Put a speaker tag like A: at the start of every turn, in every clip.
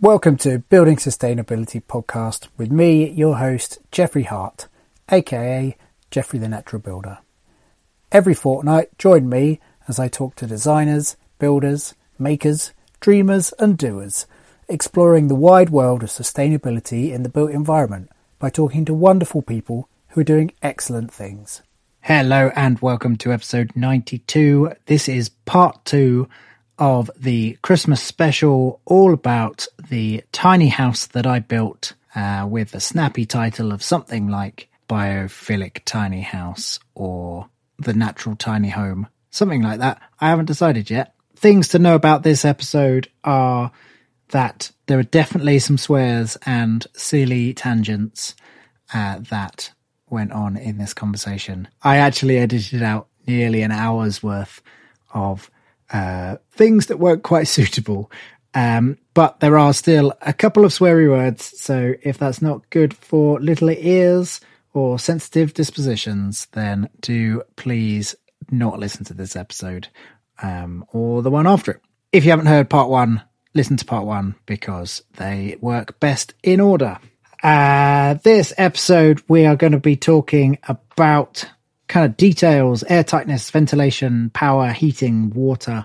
A: Welcome to Building Sustainability Podcast with me, your host, Jeffrey Hart, aka Jeffrey the Natural Builder. Every fortnight, join me as I talk to designers, builders, makers, dreamers, and doers, exploring the wide world of sustainability in the built environment by talking to wonderful people who are doing excellent things. Hello, and welcome to episode 92. This is part two of the Christmas special, all about the tiny house that I built uh, with a snappy title of something like Biophilic Tiny House or The Natural Tiny Home, something like that. I haven't decided yet. Things to know about this episode are that there are definitely some swears and silly tangents uh, that went on in this conversation. I actually edited out nearly an hour's worth of uh, things that weren't quite suitable. Um, but there are still a couple of sweary words, so if that's not good for little ears or sensitive dispositions, then do please not listen to this episode um, or the one after it. If you haven't heard part one, listen to part one because they work best in order. Uh, this episode, we are going to be talking about kind of details, air tightness, ventilation, power, heating, water.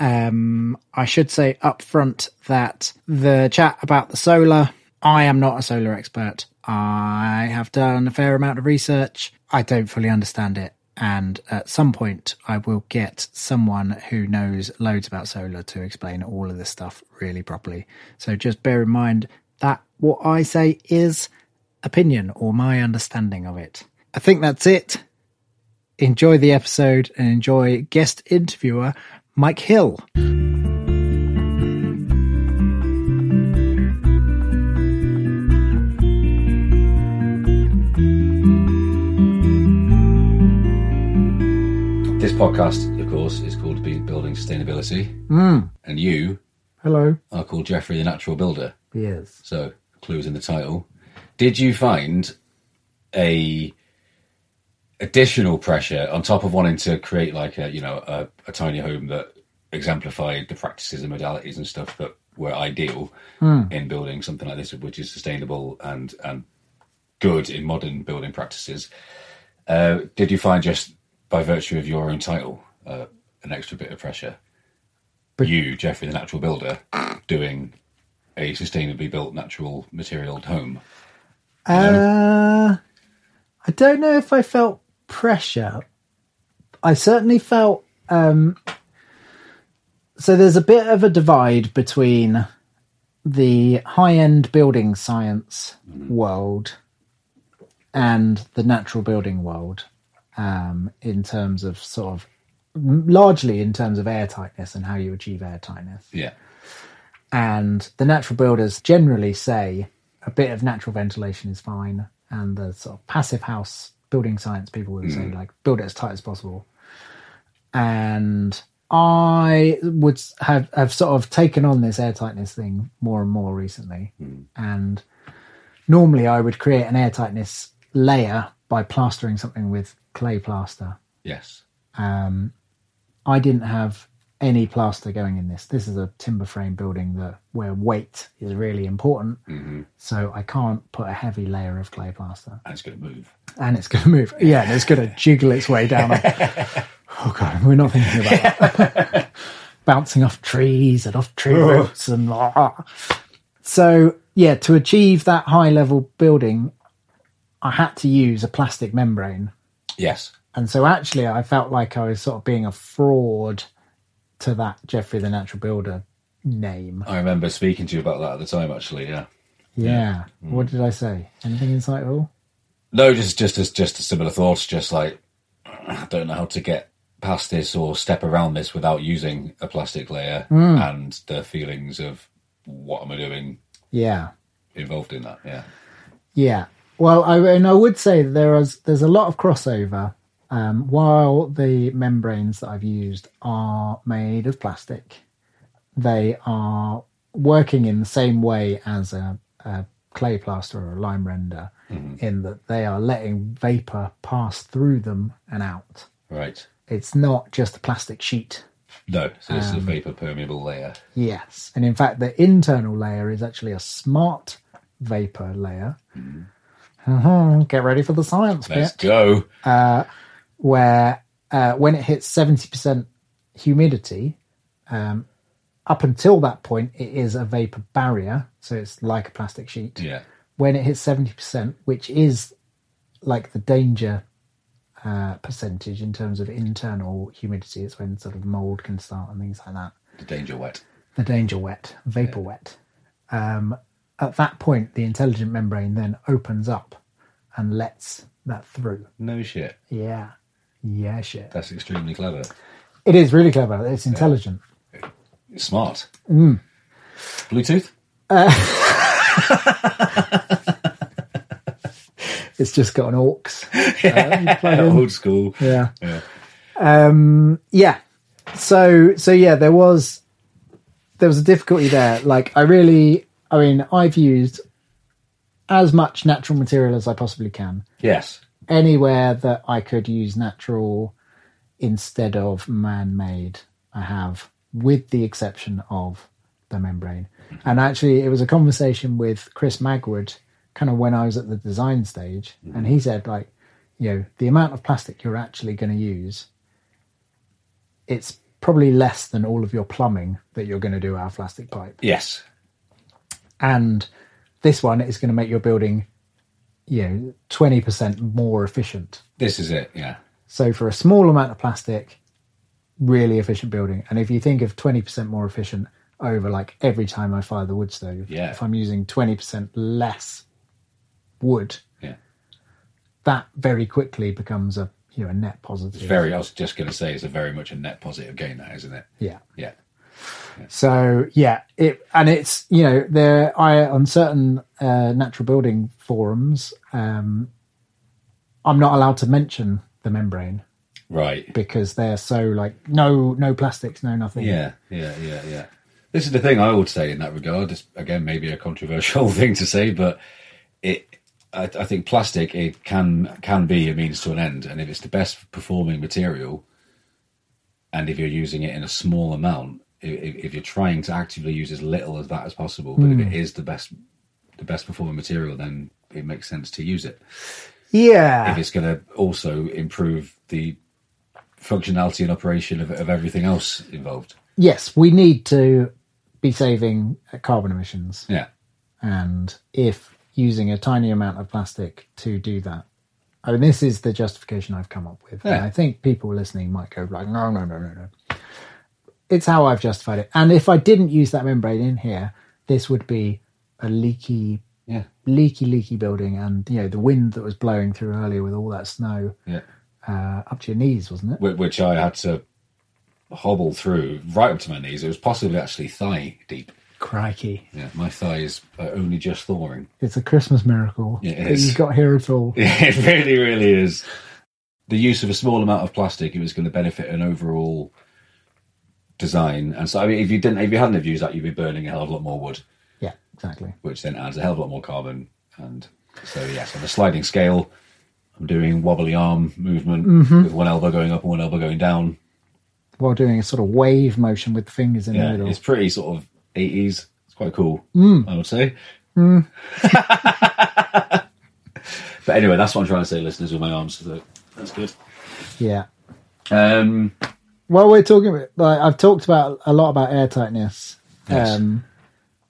A: Um, I should say up front that the chat about the solar, I am not a solar expert. I have done a fair amount of research. I don't fully understand it. And at some point, I will get someone who knows loads about solar to explain all of this stuff really properly. So just bear in mind that what I say is opinion or my understanding of it. I think that's it. Enjoy the episode and enjoy guest interviewer Mike Hill.
B: This podcast, of course, is called Be- Building Sustainability, and you
A: Hello.
B: are called Jeffrey the Natural Builder.
A: Yes.
B: So, clues in the title. Did you find a additional pressure on top of wanting to create like a you know a, a tiny home that exemplified the practices and modalities and stuff that were ideal in building something like this, which is sustainable and and good in modern building practices? Uh, did you find just by virtue of your own title uh, an extra bit of pressure? you, Jeffrey, the natural builder, doing a sustainably built natural material home.
A: Uh, I don't know if I felt pressure. I certainly felt. Um, so there's a bit of a divide between the high end building science world and the natural building world um, in terms of sort of largely in terms of air tightness and how you achieve air tightness
B: Yeah.
A: and the natural builders generally say a bit of natural ventilation is fine and the sort of passive house building science people would say like build it as tight as possible and I would have, have sort of taken on this airtightness thing more and more recently. And normally I would create an airtightness layer by plastering something with clay plaster.
B: Yes.
A: Um, I didn't have any plaster going in this. This is a timber frame building that where weight is really important. So I can't put a heavy layer of clay plaster
B: And it's going to move.
A: and it's going to move. Yeah, and it's going to jiggle its way down. oh god, we're not thinking about that. bouncing off trees and off tree roots and. So yeah, to achieve that high level building, I had to use a plastic membrane,
B: Yes.
A: and so actually I felt like I was sort of being a fraud to that Jeffrey the Natural Builder name.
B: I remember speaking to you about that at the time, actually. Yeah.
A: Yeah. What did I say? Anything insightful?
B: No, just just just just similar thoughts. Just like I don't know how to get past this or step around this without using a plastic layer and the feelings of what am I doing
A: Yeah.
B: involved in that. Yeah.
A: Yeah. Well, I and I would say there is there's a lot of crossover. Um, while the membranes that I've used are made of plastic, they are working in the same way as a, a clay plaster or a lime render, in that they are letting vapor pass through them and out.
B: Right.
A: It's not just a plastic sheet.
B: No. So this is a vapor permeable layer.
A: Yes. And in fact, the internal layer is actually a smart vapor layer. Uh-huh. Get ready for the science bit.
B: Let's go.
A: where uh, when it hits 70% humidity, um, up until that point, it is a vapor barrier. So it's like a plastic sheet.
B: Yeah.
A: When it hits 70%, which is like the danger uh, percentage in terms of internal humidity, it's when sort of mold can start and things like that.
B: The danger wet.
A: The danger wet, vapor wet. Um, at that point, the intelligent membrane then opens up and lets that through.
B: No shit.
A: Yeah. Yeah, shit.
B: That's extremely clever.
A: It is really clever. It's intelligent.
B: It's smart. Bluetooth.
A: It's just got an aux. uh, you plug in.
B: Old school.
A: Yeah.
B: Yeah.
A: Um, yeah. So so yeah, there was there was a difficulty there. Like I really, I mean, I've used as much natural material as I possibly can.
B: Yes.
A: Anywhere that I could use natural instead of man-made, I have, with the exception of the membrane. And actually, it was a conversation with Chris Magwood, kind of when I was at the design stage, and he said, like, you know, the amount of plastic you're actually going to use, it's probably less than all of your plumbing that you're going to do out of plastic pipe
B: Yes.
A: and this one is going to make your building you know 20% more efficient
B: This is it. Yeah.
A: so for a small amount of plastic really efficient building and if you think of 20% more efficient over like every time i fire the wood stove
B: Yeah.
A: if i'm using 20% less wood
B: Yeah.
A: that very quickly becomes a you know a net positive
B: It's very. I was just going to say it's a very much a net positive gain. That isn't it.
A: yeah
B: Yeah.
A: So yeah, it and it's you know there I on certain uh, natural building forums, um, I'm not allowed to mention the membrane
B: Right.
A: because they're so like no no plastics no nothing.
B: Yeah, yeah, yeah, yeah. This is the thing I would say in that regard. This, again, maybe a controversial thing to say, but it, I, I think plastic it can can be a means to an end, and if it's the best performing material, and if you're using it in a small amount, i- if, if you're trying to actively use as little as that as possible, but if it is the best the best performing material, then it makes sense to use it
A: yeah,
B: if it's going to also improve the functionality and operation of, of everything else involved.
A: yes. We need to be saving uh, carbon emissions,
B: Yeah.
A: and if using a tiny amount of plastic to do that. I mean, this is the justification I've come up with. And
B: Yeah.
A: I think people listening might go like, no, no, no, no, no. it's how I've justified it. And if I didn't use that membrane in here, this would be a leaky,
B: Yeah.
A: leaky, leaky building. And you know, the wind that was blowing through earlier with all that snow
B: Yeah.
A: uh, up to your knees, wasn't it?
B: Wh- Which I had to hobble through right up to my knees. It was possibly actually thigh deep.
A: Crikey!
B: Yeah, my thigh is uh, only just thawing.
A: It's a Christmas miracle
B: It
A: that
B: is.
A: you got here at all.
B: it really, really is. The use of a small amount of plastic, it was going to benefit an overall design. And so, I mean, if you didn't, if you hadn't have used that, you'd be burning a hell of a lot more wood,
A: Yeah, exactly.
B: which then adds a hell of a lot more carbon. And so, yes, on the sliding scale, I'm doing wobbly arm movement with one elbow going up and one elbow going down.
A: While doing a sort of wave motion with the fingers in the
B: Yeah,
A: middle.
B: it's pretty sort of 80s. It's quite cool,
A: Hmm.
B: mm. I would say. but anyway, that's what I'm trying to say, listeners, with my arms. So that, that's good.
A: Yeah.
B: Um,
A: Well, we're talking about, like, I've talked about a lot about airtightness.
B: Yes.
A: Um,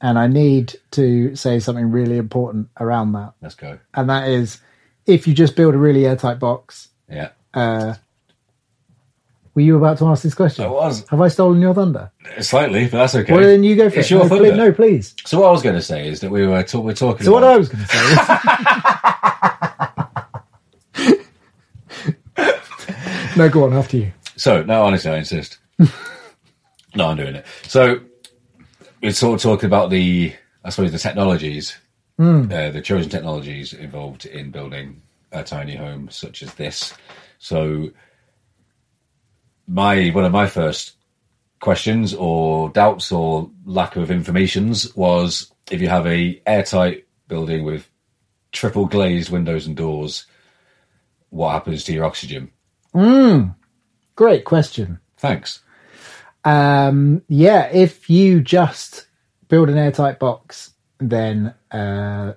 A: and I need to say something really important around that.
B: let's go.
A: And that is if you just build a really airtight box,
B: Yeah.
A: were you about to ask this question?
B: I was.
A: Have I stolen your thunder?
B: Slightly, but that's okay.
A: Well, then you go for
B: It's
A: it.
B: your
A: no,
B: thunder.
A: please, no, please.
B: So what I was going to say is that we were, ta- we're talking
A: So what I
B: about...
A: was going to say is, no, go on after you.
B: So, no, honestly, I insist. no, I'm doing it. So, it's sort of talking about the, I suppose, the technologies, uh, the chosen technologies involved in building a tiny home such as this. So, my one of my first questions or doubts or lack of informations was if you have a airtight building with triple glazed windows and doors, what happens to your oxygen?
A: Great question.
B: Thanks.
A: Um, yeah, if you just build an airtight box, then uh,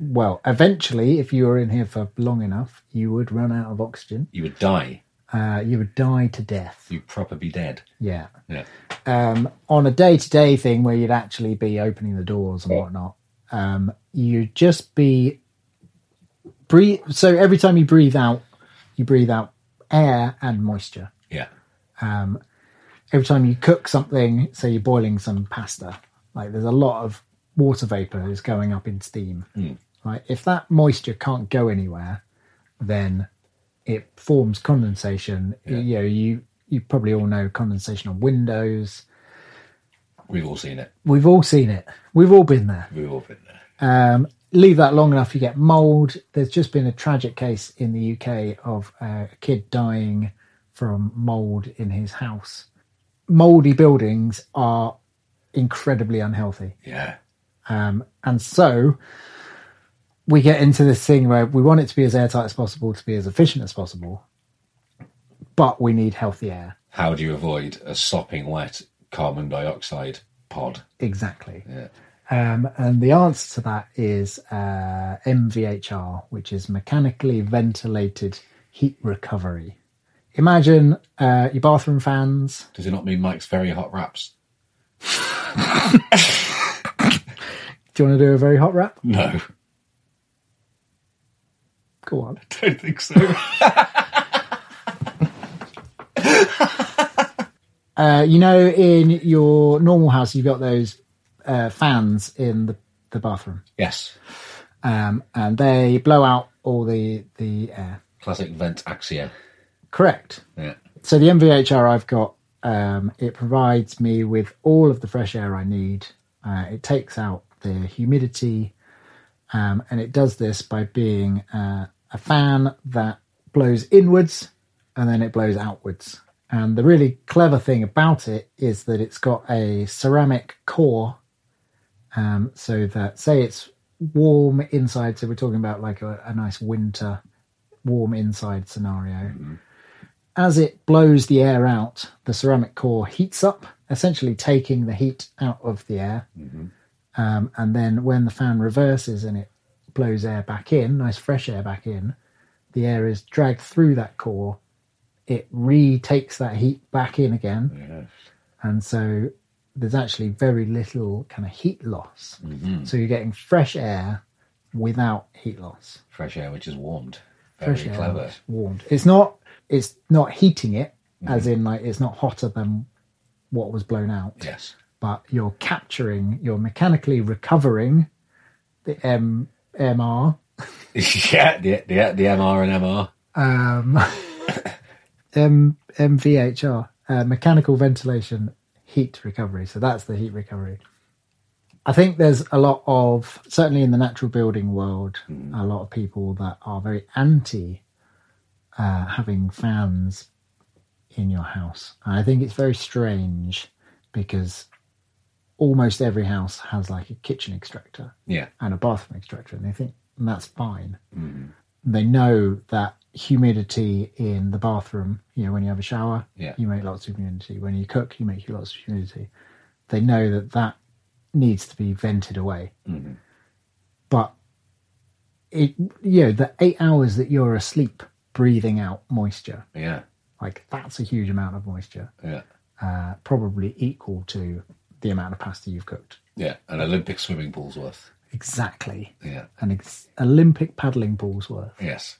A: well, eventually, if you were in here for long enough, you would run out of oxygen.
B: You would die.
A: Uh, you would die to death.
B: you'd proper be dead.
A: Yeah.
B: Yeah.
A: um, on a day to day thing where you'd actually be opening the doors and whatnot, um, you'd just be breathe. So every time you breathe out, you breathe out air and moisture.
B: Yeah.
A: Every time you cook something, say you're boiling some pasta, like there's a lot of water vapor that's going up in steam. Right? If that moisture can't go anywhere, then it forms condensation. You know, you you probably all know condensation on windows.
B: We've all seen it.
A: We've all seen it. We've all been there.
B: We've all been there.
A: Um, leave that long enough, you get mold. There's just been a tragic case in the UK of uh, a kid dying from mold in his house. Moldy buildings are incredibly unhealthy.
B: Yeah.
A: Um, and so we get into this thing where we want it to be as airtight as possible, to be as efficient as possible, but we need healthy air.
B: How do you avoid a sopping wet carbon dioxide pod?
A: Exactly. Um, and the answer to that is uh, MVHR, which is mechanically ventilated heat recovery. Imagine uh, your bathroom fans.
B: Does it not mean Mike's very hot wraps?
A: Do you want to do a very hot wrap?
B: No,
A: Go on.
B: don't think so.
A: Uh, you know, in your normal house, you've got those uh, fans in the, the bathroom,
B: yes.
A: um, and they blow out all the the air.
B: Classic vent axia.
A: Correct.
B: Yeah.
A: so the MVHR I've got, um, it provides me with all of the fresh air I need. Uh, it takes out the humidity, um, and it does this by being uh, a fan that blows inwards and then it blows outwards. And the really clever thing about it is that it's got a ceramic core, um, so that say it's warm inside. So we're talking about like a, a nice winter warm inside scenario as it blows the air out, the ceramic core heats up, essentially taking the heat out of the air. Um, and then when the fan reverses and it blows air back in, nice fresh air back in, the air is dragged through that core. It retakes that heat back in again. And so there's actually very little kind of heat loss. So you're getting fresh air without heat loss
B: Fresh air which is warmed. Very
A: fresh air
B: clever.
A: is warmed. It's not it's not heating it as in like it's not hotter than what was blown out.
B: Yes.
A: But you're capturing, you're mechanically recovering the M MR
B: yeah, the, the, the MR and MR.
A: um M MVHR uh, mechanical ventilation heat recovery. So that's the heat recovery. I think there's a lot of certainly in the natural building world, a lot of people that are very anti uh, having fans in your house. And I think it's very strange because almost every house has like a kitchen extractor
B: Yeah.
A: and a bathroom extractor, and they think and that's fine. They know that humidity in the bathroom, you know, when you have a shower,
B: Yeah.
A: you make lots of humidity. When you cook, you make lots of humidity. They know that that needs to be vented away.
B: Mm-hmm.
A: But it, you know, the eight hours that you're asleep breathing out moisture,
B: Yeah.
A: like that's a huge amount of moisture,
B: Yeah.
A: uh, probably equal to the amount of pasta you've cooked.
B: Yeah. An Olympic swimming pool's worth.
A: Exactly.
B: Yeah.
A: An ex- Olympic paddling pool's worth.
B: Yes.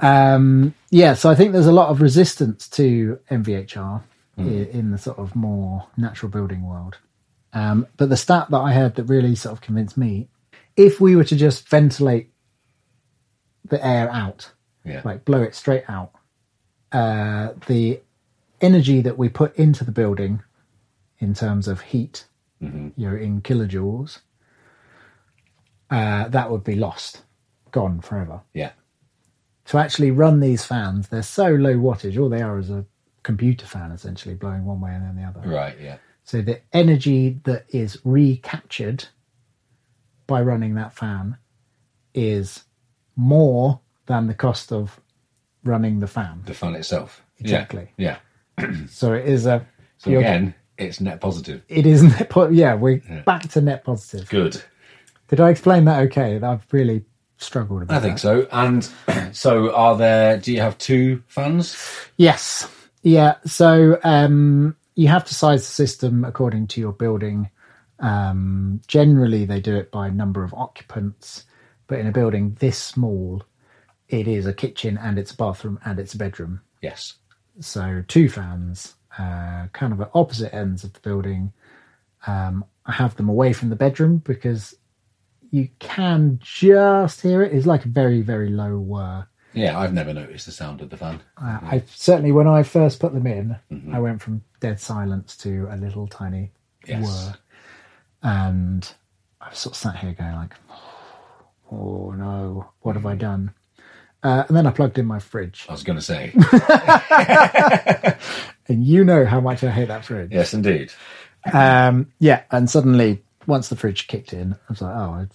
A: um, yeah, so I think there's a lot of resistance to MVHR i in the sort of more natural building world. Um, but the stat that I heard that really sort of convinced me if we were to just ventilate the air out,
B: Yeah.
A: like blow it straight out, uh, the energy that we put into the building in terms of heat, you know, in kilojoules, uh, that would be lost, gone forever
B: Yeah.
A: to actually run these fans, they're so low wattage. All they are is a computer fan, essentially blowing one way and then the other.
B: Right. Yeah.
A: So the energy that is recaptured by running that fan is more than the cost of running the fan.
B: The fun itself. Yeah.
A: Exactly.
B: Yeah.
A: So it is a.
B: Hmm. So
A: you're-
B: again, it's net positive.
A: it is net. Po- yeah, we're back to net positive.
B: Good.
A: Did I explain that? Okay, I've really struggled. About
B: I think so. And so, are there? Do you have two fans?
A: Yes. Yeah. So um, you have to size the system according to your building. Um, generally, they do it by number of occupants, but in a building this small, it is a kitchen and it's a bathroom and it's a bedroom.
B: Yes.
A: So two fans, uh, kind of at opposite ends of the building. Um, I have them away from the bedroom because you can just hear it. It's like a very, very low whir.
B: Yeah, I've never noticed the sound of the fan.
A: Uh, I certainly, when I first put them in, I went from dead silence to a little tiny
B: Yes.
A: whir, and I was sort of sat here going like, "Oh no, what have I done?" Uh, and then I plugged in my fridge,
B: I was going to say.
A: and you know how much I hate that fridge.
B: yes, indeed.
A: Um, yeah, and suddenly, once the fridge kicked in, I was like, "Oh,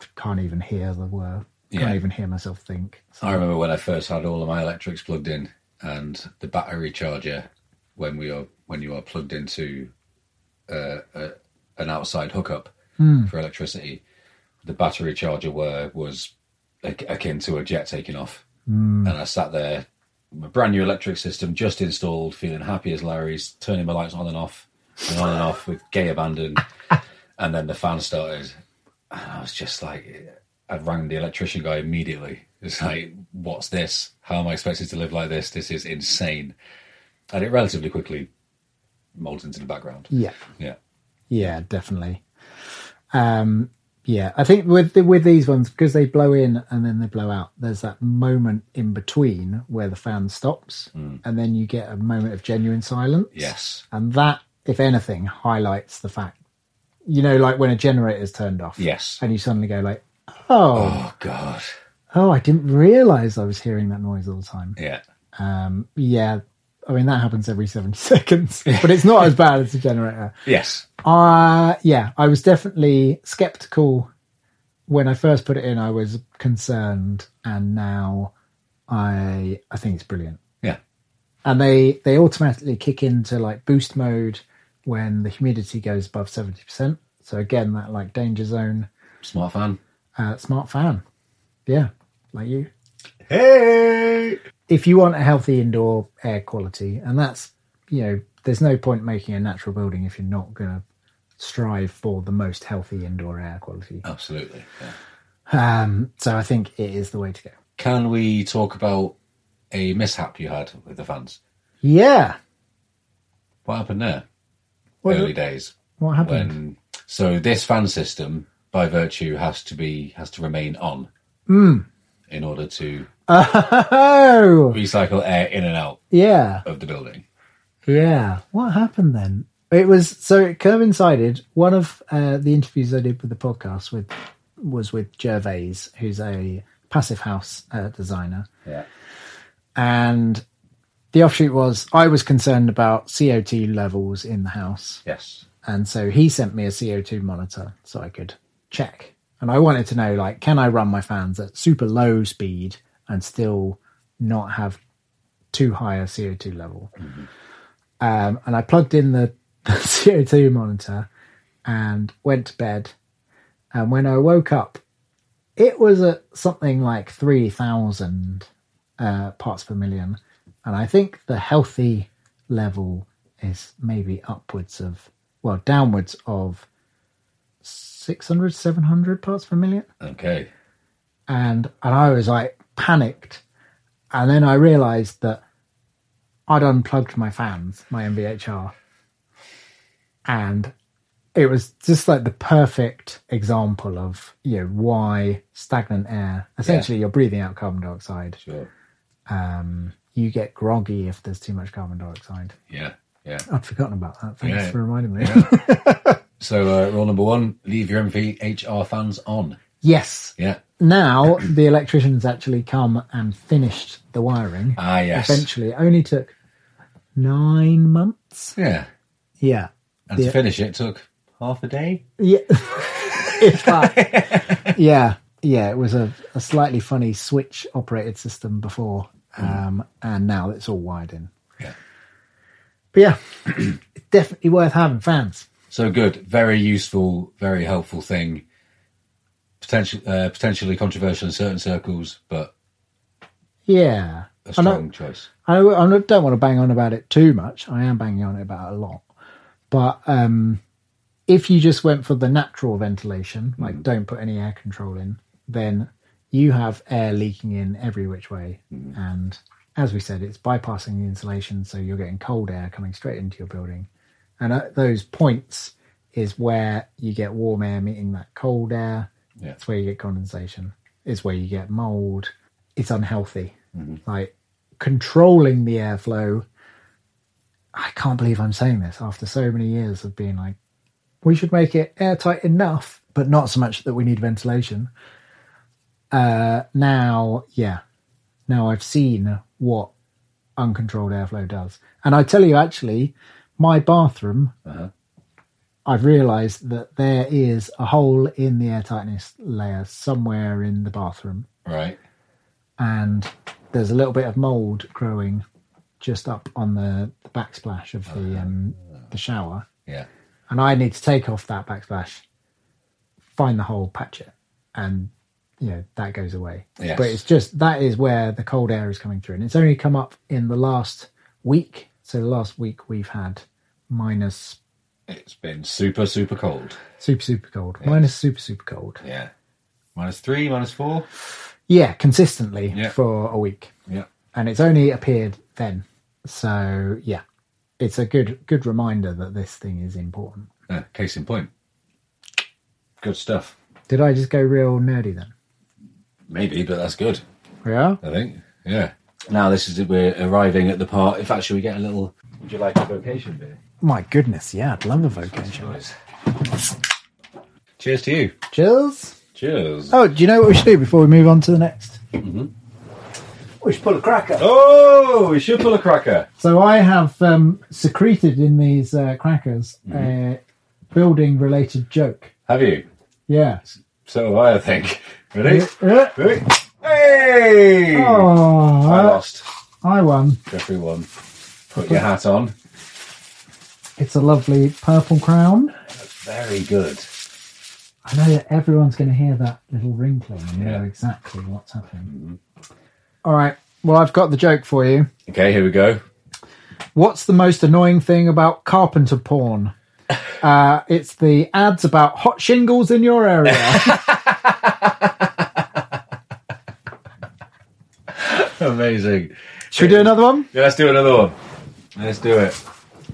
A: I can't even hear the whir. Can't
B: Yeah.
A: even hear myself think." So,
B: I remember when I first had all of my electrics plugged in, and the battery charger when we are when you are plugged into uh, a, an outside hookup for electricity, the battery charger were was ak- akin to a jet taking off, and I sat there, my brand new electric system just installed, feeling happy as Larry's, turning my lights on and off and on and off with gay abandon, and then the fan started, and I was just like. I rang the electrician guy immediately. It's like, what's this? How am I expected to live like this? This is insane. And it relatively quickly molds into the background.
A: yeah.
B: Yeah.
A: Yeah, definitely. Um, yeah, I think with the, with these ones because they blow in and then they blow out. There's that moment in between where the fan stops, and then you get a moment of genuine silence.
B: Yes.
A: and that, if anything, highlights the fact. You know, like when a generator is turned off.
B: Yes.
A: and you suddenly go like, "Oh,
B: Oh, God.
A: oh, I didn't realize I was hearing that noise all the time."
B: Yeah.
A: Um, yeah, I mean that happens every seventy seconds, but it's not as bad as a generator.
B: Yes.
A: Uh yeah, I was definitely skeptical when I first put it in. I was concerned, and now I I think it's brilliant.
B: Yeah.
A: And they they automatically kick into like boost mode when the humidity goes above seventy percent. So again, that like danger zone.
B: Smart fan.
A: Uh, smart fan, yeah, like you.
B: Hey!
A: If you want a healthy indoor air quality, and that's you know, there's no point making a natural building if you're not going to strive for the most healthy indoor air quality.
B: Absolutely. Yeah.
A: Um, so I think it is the way to go.
B: Can we talk about a mishap you had with the fans?
A: Yeah.
B: What happened there?
A: What,
B: Early days.
A: what happened?
B: When, so this fan system, by virtue, has to be has to remain on in order to
A: Oh,
B: recycle air in and out
A: yeah,
B: of the building.
A: yeah. What happened then? It was so it coincided. One of uh, the interviews I did with the podcast with was with Gervais, who's a passive house uh, designer,
B: Yeah.
A: and the offshoot was I was concerned about CO2 levels in the house.
B: Yes.
A: And so he sent me a CO2 monitor so I could check. And I wanted to know like, can I run my fans at super low speed and still not have too high a CO2 level? Um, and I plugged in the, the CO2 monitor and went to bed. And when I woke up, it was at something like 3,000 uh, parts per million. And I think the healthy level is maybe upwards of, well, downwards of 600, 700 parts per million.
B: Okay.
A: And, and I was like panicked. And then I realized that I'd unplugged my fans, my MVHR. And it was just like the perfect example of, you know, why stagnant air, essentially you're breathing out carbon dioxide
B: Sure.
A: um, you get groggy if there's too much carbon dioxide.
B: Yeah. Yeah.
A: I'd forgotten about that. Thanks
B: Yeah.
A: for reminding me.
B: So uh, rule number one: leave your MVHR fans on.
A: yes.
B: Yeah.
A: Now the electrician's actually come and finished the wiring.
B: Ah, yes.
A: Eventually, it only took nine months.
B: Yeah.
A: Yeah.
B: And
A: Yeah.
B: to finish it took half a day.
A: Yeah. if that. Yeah. Yeah. It was a, a slightly funny switch operated system before. Um, and now it's all wired in.
B: Mm. Yeah.
A: But yeah, it's definitely worth having fans.
B: So good, very useful, very helpful thing. Potential, uh, potentially controversial in certain circles, but
A: Yeah.
B: a
A: I know-
B: strong choice.
A: I, I don't want to bang on about it too much. I am banging on it about it a lot. But um, if you just went for the natural ventilation, like don't put any air control in, then you have air leaking in every which way. And as we said, it's bypassing the insulation. So you're getting cold air coming straight into your building. And at those points is where you get warm air meeting that cold air.
B: Yeah.
A: It's where you get condensation. It's where you get mold. It's unhealthy. Like controlling the airflow. I can't believe I'm saying this after so many years of being like, we should make it airtight enough, but not so much that we need ventilation. Uh, now, yeah, now I've seen what uncontrolled airflow does. And I tell you, actually, my bathroom, I've realised that there is a hole in the airtightness layer somewhere in the bathroom,
B: Right.
A: and there's a little bit of mold growing just up on the, the backsplash of
B: Oh,
A: the um, the shower
B: Yeah.
A: and I need to take off that backsplash, find the hole, patch it, and you know that goes away.
B: Yes.
A: But it's just that is where the cold air is coming through, and it's only come up in the last week. So the last week we've had minus
B: It's been super, super cold.
A: super super cold, minus super super cold.
B: Yeah. Minus three, minus four.
A: Yeah, consistently
B: Yeah.
A: for a week,
B: Yeah.
A: and it's only appeared then. So yeah, it's a good good reminder that this thing is important.
B: Yeah, Case in point. Good stuff.
A: Did I just go real nerdy then?
B: Maybe, but that's good.
A: Yeah.
B: I think. Yeah. Now this is we're arriving at the part. In fact, should we get a little? Would you like a vocation beer?
A: My goodness, yeah, I'd love a vocation.
B: Cheers to you.
A: Chills.
B: Cheers.
A: Oh, do you know what we should do before we move on to the next? Mm-hmm. We should pull a cracker.
B: Oh, we should pull a cracker.
A: So I have um, secreted in these uh, crackers a building-related joke.
B: Have you?
A: Yeah.
B: So have I, I think. Ready?
A: Uh,
B: Ready? Hey! I
A: Oh,
B: lost.
A: I won.
B: Jeffrey won. Put your hat on.
A: It's a lovely purple crown.
B: Very good.
A: I know that everyone's going to hear that little wrinkling and know
B: Yeah.
A: exactly what's happening. All right. Well, I've got the joke for you.
B: Okay, here we go.
A: What's the most annoying thing about carpenter porn? Uh, it's the ads about hot shingles in your area.
B: Amazing.
A: Should we do another one?
B: Yeah, let's do another one. Let's do it.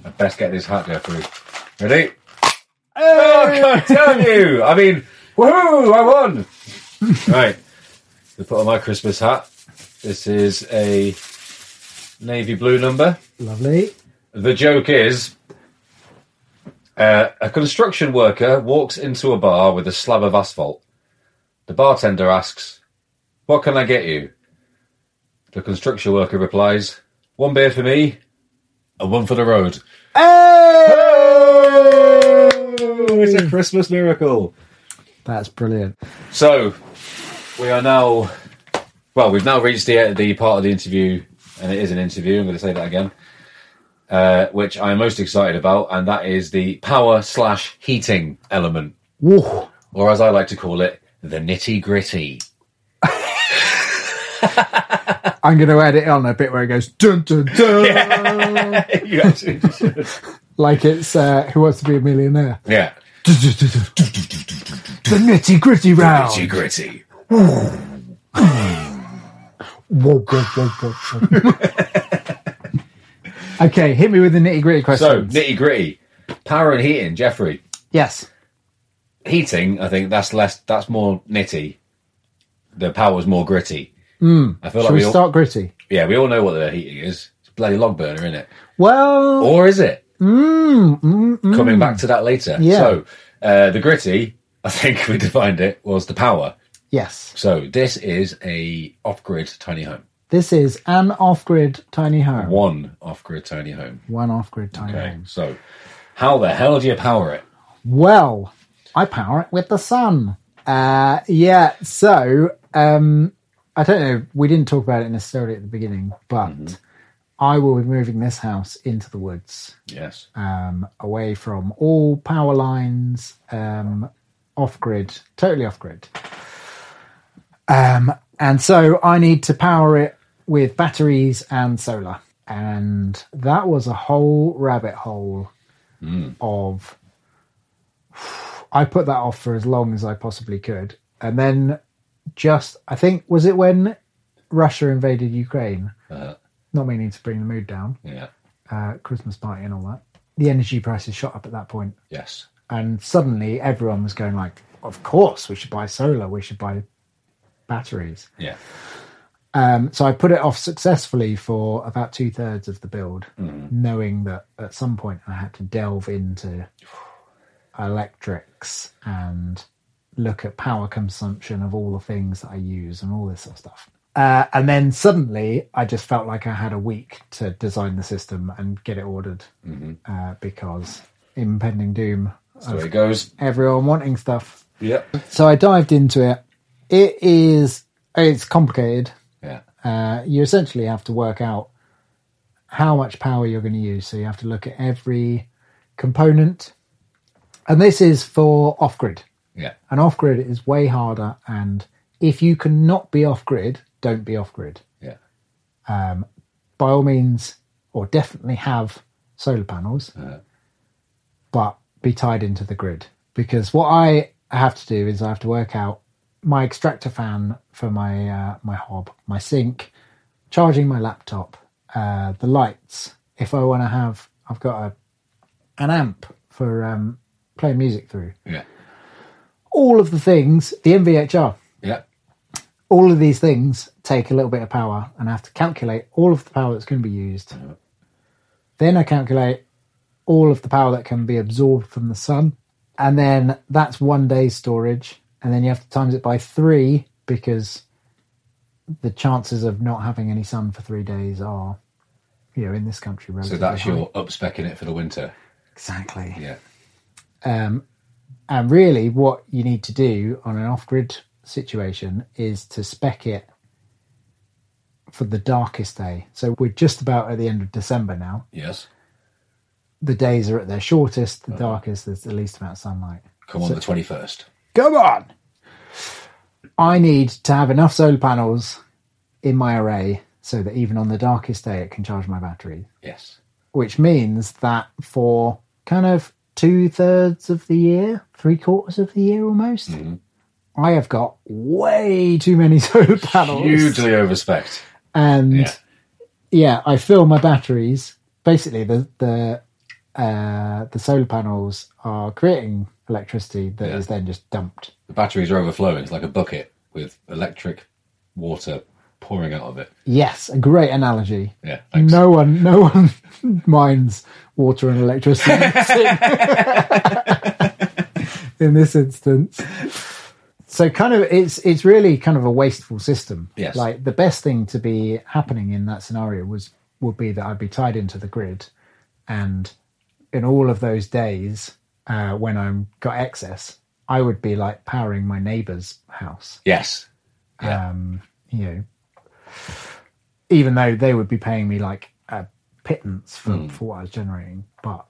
B: I best get this hat, Jeffrey. Ready? Oh, I tell you! I mean, woohoo! I won! right. We put on my Christmas hat. This is a navy blue number.
A: Lovely.
B: The joke is uh, a construction worker walks into a bar with a slab of asphalt. The bartender asks, What can I get you? The construction worker replies, One beer for me, and one for the road. It's a Christmas miracle.
A: That's brilliant.
B: So we are now, well, we've now reached the the part of the interview, and it is an interview. I'm going to say that again, uh, which I'm most excited about, and that is the power slash heating element,
A: Woo.
B: or as I like to call it, the nitty gritty.
A: I'm going to edit on a bit where it goes dun dun dun,
B: you actually just-
A: like it's uh, Who Wants to Be a Millionaire?
B: yeah,
A: The nitty gritty round.
B: nitty gritty.
A: Whoa, whoa, whoa, whoa, whoa. okay, hit me with the nitty gritty
B: So
A: questions.
B: nitty gritty, power and heating, Jeffrey.
A: yes.
B: heating, I think that's less, that's more nitty. The power's more gritty. Mm. I feel
A: Shall
B: like we,
A: we
B: all,
A: start gritty?
B: yeah, we all know what the heating is. It's a bloody log burner, isn't it?
A: Well, mm,
B: Or is it? Coming back to that later.
A: Yeah.
B: So uh, the gritty, I think we defined it was the power.
A: yes.
B: So this is a off-grid tiny home.
A: This is an off grid tiny home.
B: One off-grid tiny home.
A: One off grid tiny
B: Okay.
A: home.
B: So how the hell do you power it?
A: Well, I power it with the sun. Uh, yeah, so um, I don't know. We didn't talk about it necessarily at the beginning, but
B: Mm-hmm.
A: I will be moving this house into the woods.
B: Yes.
A: um, away from all power lines, um, off grid, totally off grid. Um, and so I need to power it with batteries and solar. And that was a whole rabbit hole of. I put that off for as long as I possibly could. And then just, I think, was it when Russia invaded Ukraine?
B: Uh,
A: Not meaning to bring the mood down
B: yeah.
A: uh, Christmas party and all that, the energy prices shot up at that point,
B: Yes.
A: and suddenly everyone was going like, "Of course, we should buy solar. We should buy batteries."
B: Yeah.
A: Um, so I put it off successfully for about two thirds of the build, knowing that at some point I had to delve into electrics and look at power consumption of all the things that I use and all this sort of stuff. Uh, and then suddenly I just felt like I had a week to design the system and get it ordered uh, because impending doom,
B: So it goes.
A: everyone wanting stuff.
B: Yep.
A: So I dived into it. It is, it's complicated
B: Yeah.
A: uh, you essentially have to work out how much power you're going to use. So you have to look at every component. And this is for off grid.
B: Yeah.
A: And off grid is way harder. And if you cannot be off grid, don't be off grid.
B: Yeah.
A: By all means, or definitely have solar panels, but be tied into the grid. Because what I have to do is I have to work out my extractor fan for my uh, my hob, my sink, charging my laptop, uh, the lights. If I want to have, I've got a an amp for um, playing music through.
B: Yeah.
A: All of the things, the NVHR,
B: Yeah.
A: all of these things take a little bit of power, and I have to calculate all of the power that's going to be used. Then I calculate all of the power that can be absorbed from the sun, and then that's one day's storage. And then you have to times it by three because the chances of not having any sun for three days are, you know, in this country.
B: So
A: relatively
B: that's
A: high.
B: your up specking it for the winter.
A: exactly.
B: Yeah.
A: And really, what you need to do on an off grid situation is to spec it for the darkest day. So we're just about at the end of December now.
B: Yes.
A: The days are at their shortest, the darkest, there's the least amount of sunlight.
B: Come on the 21st.
A: Come on! I need to have enough solar panels in my array so that even on the darkest day, it can charge my battery,
B: Yes.
A: which means that for kind of two thirds of the year, three quarters of the year almost, I have got way too many solar panels.
B: Hugely overspect.
A: And
B: Yeah.
A: yeah. I fill my batteries. Basically, the the uh, the solar panels are creating electricity that is
B: Yeah.
A: then just dumped.
B: The batteries are overflowing. It's like a bucket with electric water pouring out of it.
A: Yes, a great analogy.
B: Yeah. Thanks.
A: No one, no one minds water and electricity in this instance. So kind of it's it's really kind of a wasteful system.
B: Yes.
A: Like the best thing to be happening in that scenario was would be that I'd be tied into the grid, and in all of those days uh, when I'm got excess, I would be like powering my neighbour's house.
B: Yes. Yeah.
A: Um, you know, even though they would be paying me like a pittance for,
B: Hmm.
A: for what I was generating, but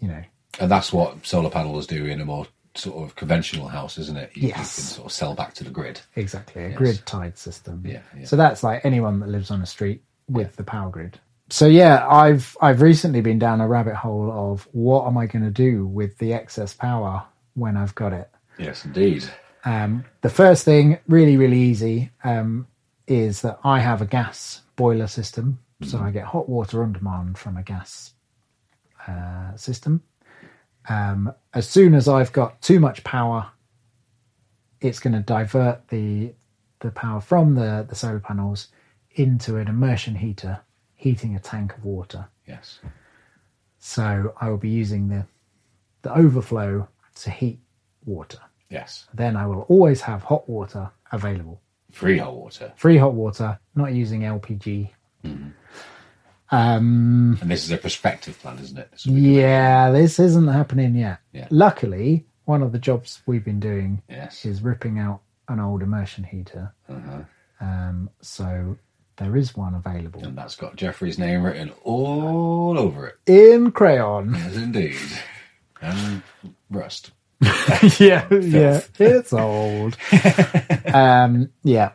A: you know,
B: And that's what solar panels do in a more sort of conventional house, isn't it? You, you
A: Yes.
B: can sort of sell back to the grid.
A: Exactly, a grid tied system.
B: Yeah, yeah.
A: So that's like anyone that lives on a street with the power grid. So yeah, I've I've recently been down a rabbit hole of what am I going to do with the excess power when I've got it.
B: Yes, indeed.
A: Um, the first thing, really really easy, um, is that I have a gas boiler system, so I get hot water on demand from a gas uh, system. Um, as soon as I've got too much power, it's going to divert the the power from the, the solar panels into an immersion heater, heating a tank of water.
B: Yes.
A: So I will be using the the overflow to heat water.
B: Yes.
A: Then I will always have hot water available,
B: Free hot water.
A: free hot water, not using LPG. Um,
B: And this is a prospective plan, isn't it? This will be-
A: Yeah, this isn't happening yet.
B: Yeah.
A: Luckily, one of the jobs we've been doing
B: Yes. Uh-huh.
A: is ripping out an old immersion heater. Um, so there is one available
B: And that's got Jeffrey's name written all over it.
A: in crayon.
B: Yes, indeed. And rust.
A: yeah, yeah, it's old. um, yeah.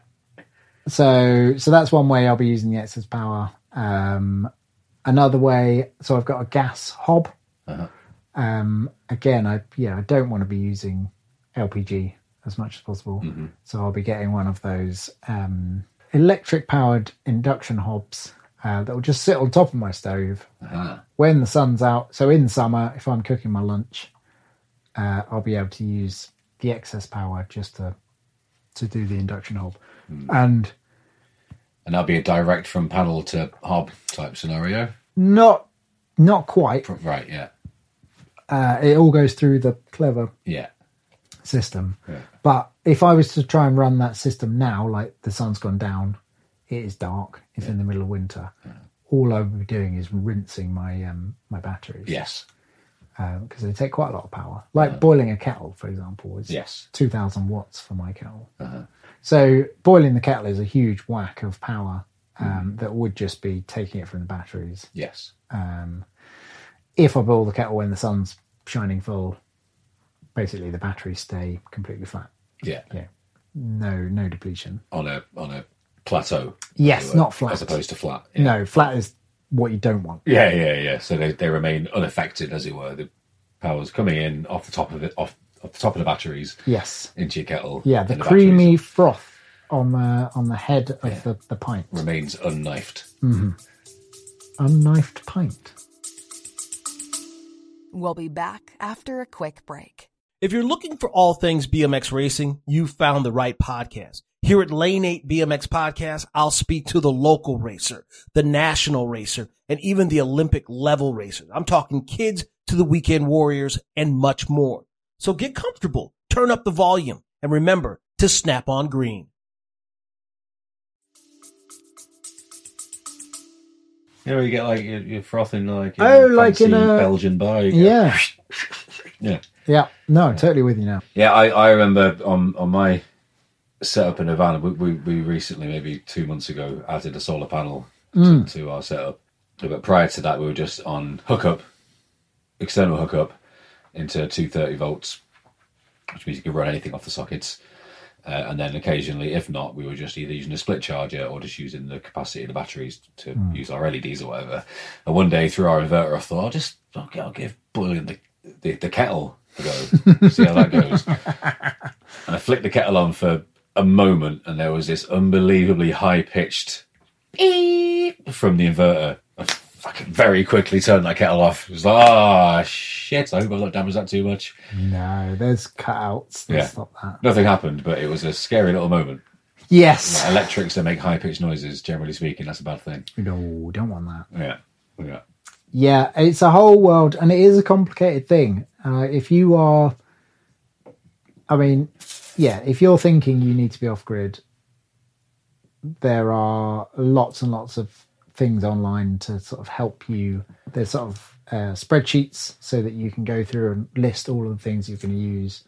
A: So, so that's one way I'll be using the excess power. Um, another way, so I've got a gas hob. Um, again, I yeah, I don't want to be using LPG as much as possible, so I'll be getting one of those um, electric-powered induction hobs uh, that will just sit on top of my stove when the sun's out. So in summer, if I'm cooking my lunch, uh, I'll be able to use the excess power just to to do the induction hob. And
B: And that'll be a direct from panel to hob type scenario.
A: not not quite.
B: Pro- Right, yeah.
A: Uh, it all goes through the clever
B: Yeah.
A: system. But if I was to try and run that system now, like the sun's gone down, it is dark, it's in the middle of winter. All I would be doing is rinsing my um, my batteries.
B: Yes.
A: because they take quite a lot of power. Like boiling a kettle, for example, is
B: Yes.
A: two thousand watts for my kettle.
B: Uh-huh.
A: So boiling the kettle is a huge whack of power
B: Hmm.
A: um, that would just be taking it from the batteries.
B: Yes.
A: If I boil the kettle when the sun's shining full, basically the batteries stay completely flat.
B: Yeah.
A: Yeah, no, no depletion.
B: On a on a plateau.
A: Yes,
B: as it were,
A: not flat.
B: As opposed to flat. Yeah.
A: No, flat is what you don't want.
B: Yeah, yeah, yeah. So they, they remain unaffected, as it were. The power's coming in off the top of it, off, off the top of the batteries
A: Yes,
B: into your kettle.
A: yeah, the
B: and batteries
A: creamy froth on the on the head of the the pint,
B: remains unknifed.
A: unknifed pint.
C: We'll be back after a quick break.
D: If you're looking for all things BMX racing, you found the right podcast. Here at Lane 8 BMX Podcast, I'll speak to the local racer, the national racer, and even the Olympic level racer. I'm talking kids to the weekend warriors and much more. So get comfortable, turn up the volume, and remember to snap on green.
B: You know, you get like you're, you're frothing like in
A: Oh,
B: a
A: like in
B: fancy
A: a-
B: Belgian bar. you go,
A: Yeah.
B: yeah,
A: Yeah, no, I'm totally with you now.
B: yeah. I, I remember on on my setup in Havana, we, we we recently maybe two months ago added a solar panel to, to our setup. But prior to that, we were just on hookup, external hookup into 230 volts, which means you can run anything off the sockets. Uh, and then occasionally, if not, we were just either using a split charger or just using the capacity of the batteries to use our LEDs or whatever. And one day through our inverter, I thought, I'll just, I'll, g- I'll give boiling the, the, the kettle a go, see how that goes. and I flicked the kettle on for a moment, and there was this unbelievably high pitched eep from the inverter. I fucking very quickly turned that kettle off. It was like, ah, shit, I hope I've not damaged that too much.
A: No, there's cutouts.
B: Yeah.
A: Yeah. Stop that.
B: Nothing happened, but it was a scary little moment.
A: Yes.
B: Electrics that make high pitched noises, generally speaking, that's a bad thing.
A: No, don't want that.
B: Yeah. Yeah.
A: Yeah, it's a whole world, and it is a complicated thing. Uh, if you are, I mean, yeah, if you're thinking you need to be off grid, there are lots and lots of things online to sort of help you. There's sort of uh, spreadsheets so that you can go through and list all of the things you're going to use,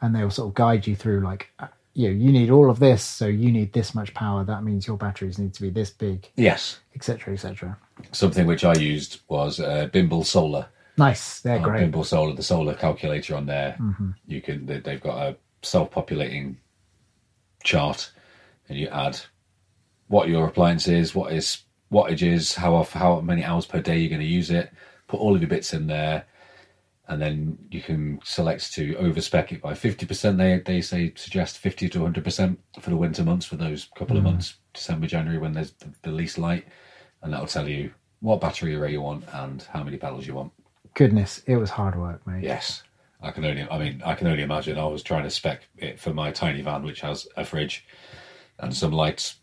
A: and they'll sort of guide you through like, uh, you know, you need all of this, so you need this much power. That means your batteries need to be this big,
B: Yes.
A: etc., etc.
B: Something which I used was uh, Bimble Solar.
A: Nice, they're
B: on
A: great.
B: Pinball Solar, the solar calculator on there. You can they, they've got a self-populating chart, and you add what your appliance is, what is wattage is, how off, how many hours per day you're going to use it. Put all of your bits in there, and then you can select to overspec it by fifty percent. They they say suggest fifty to hundred percent for the winter months for those couple of months, December, January, when there's the, the least light, and that'll tell you what battery array you want and how many paddles you want.
A: Goodness, it was hard work, mate.
B: Yes, I can only. I mean, I can only imagine. I was trying to spec it for my tiny van, which has a fridge and some lights.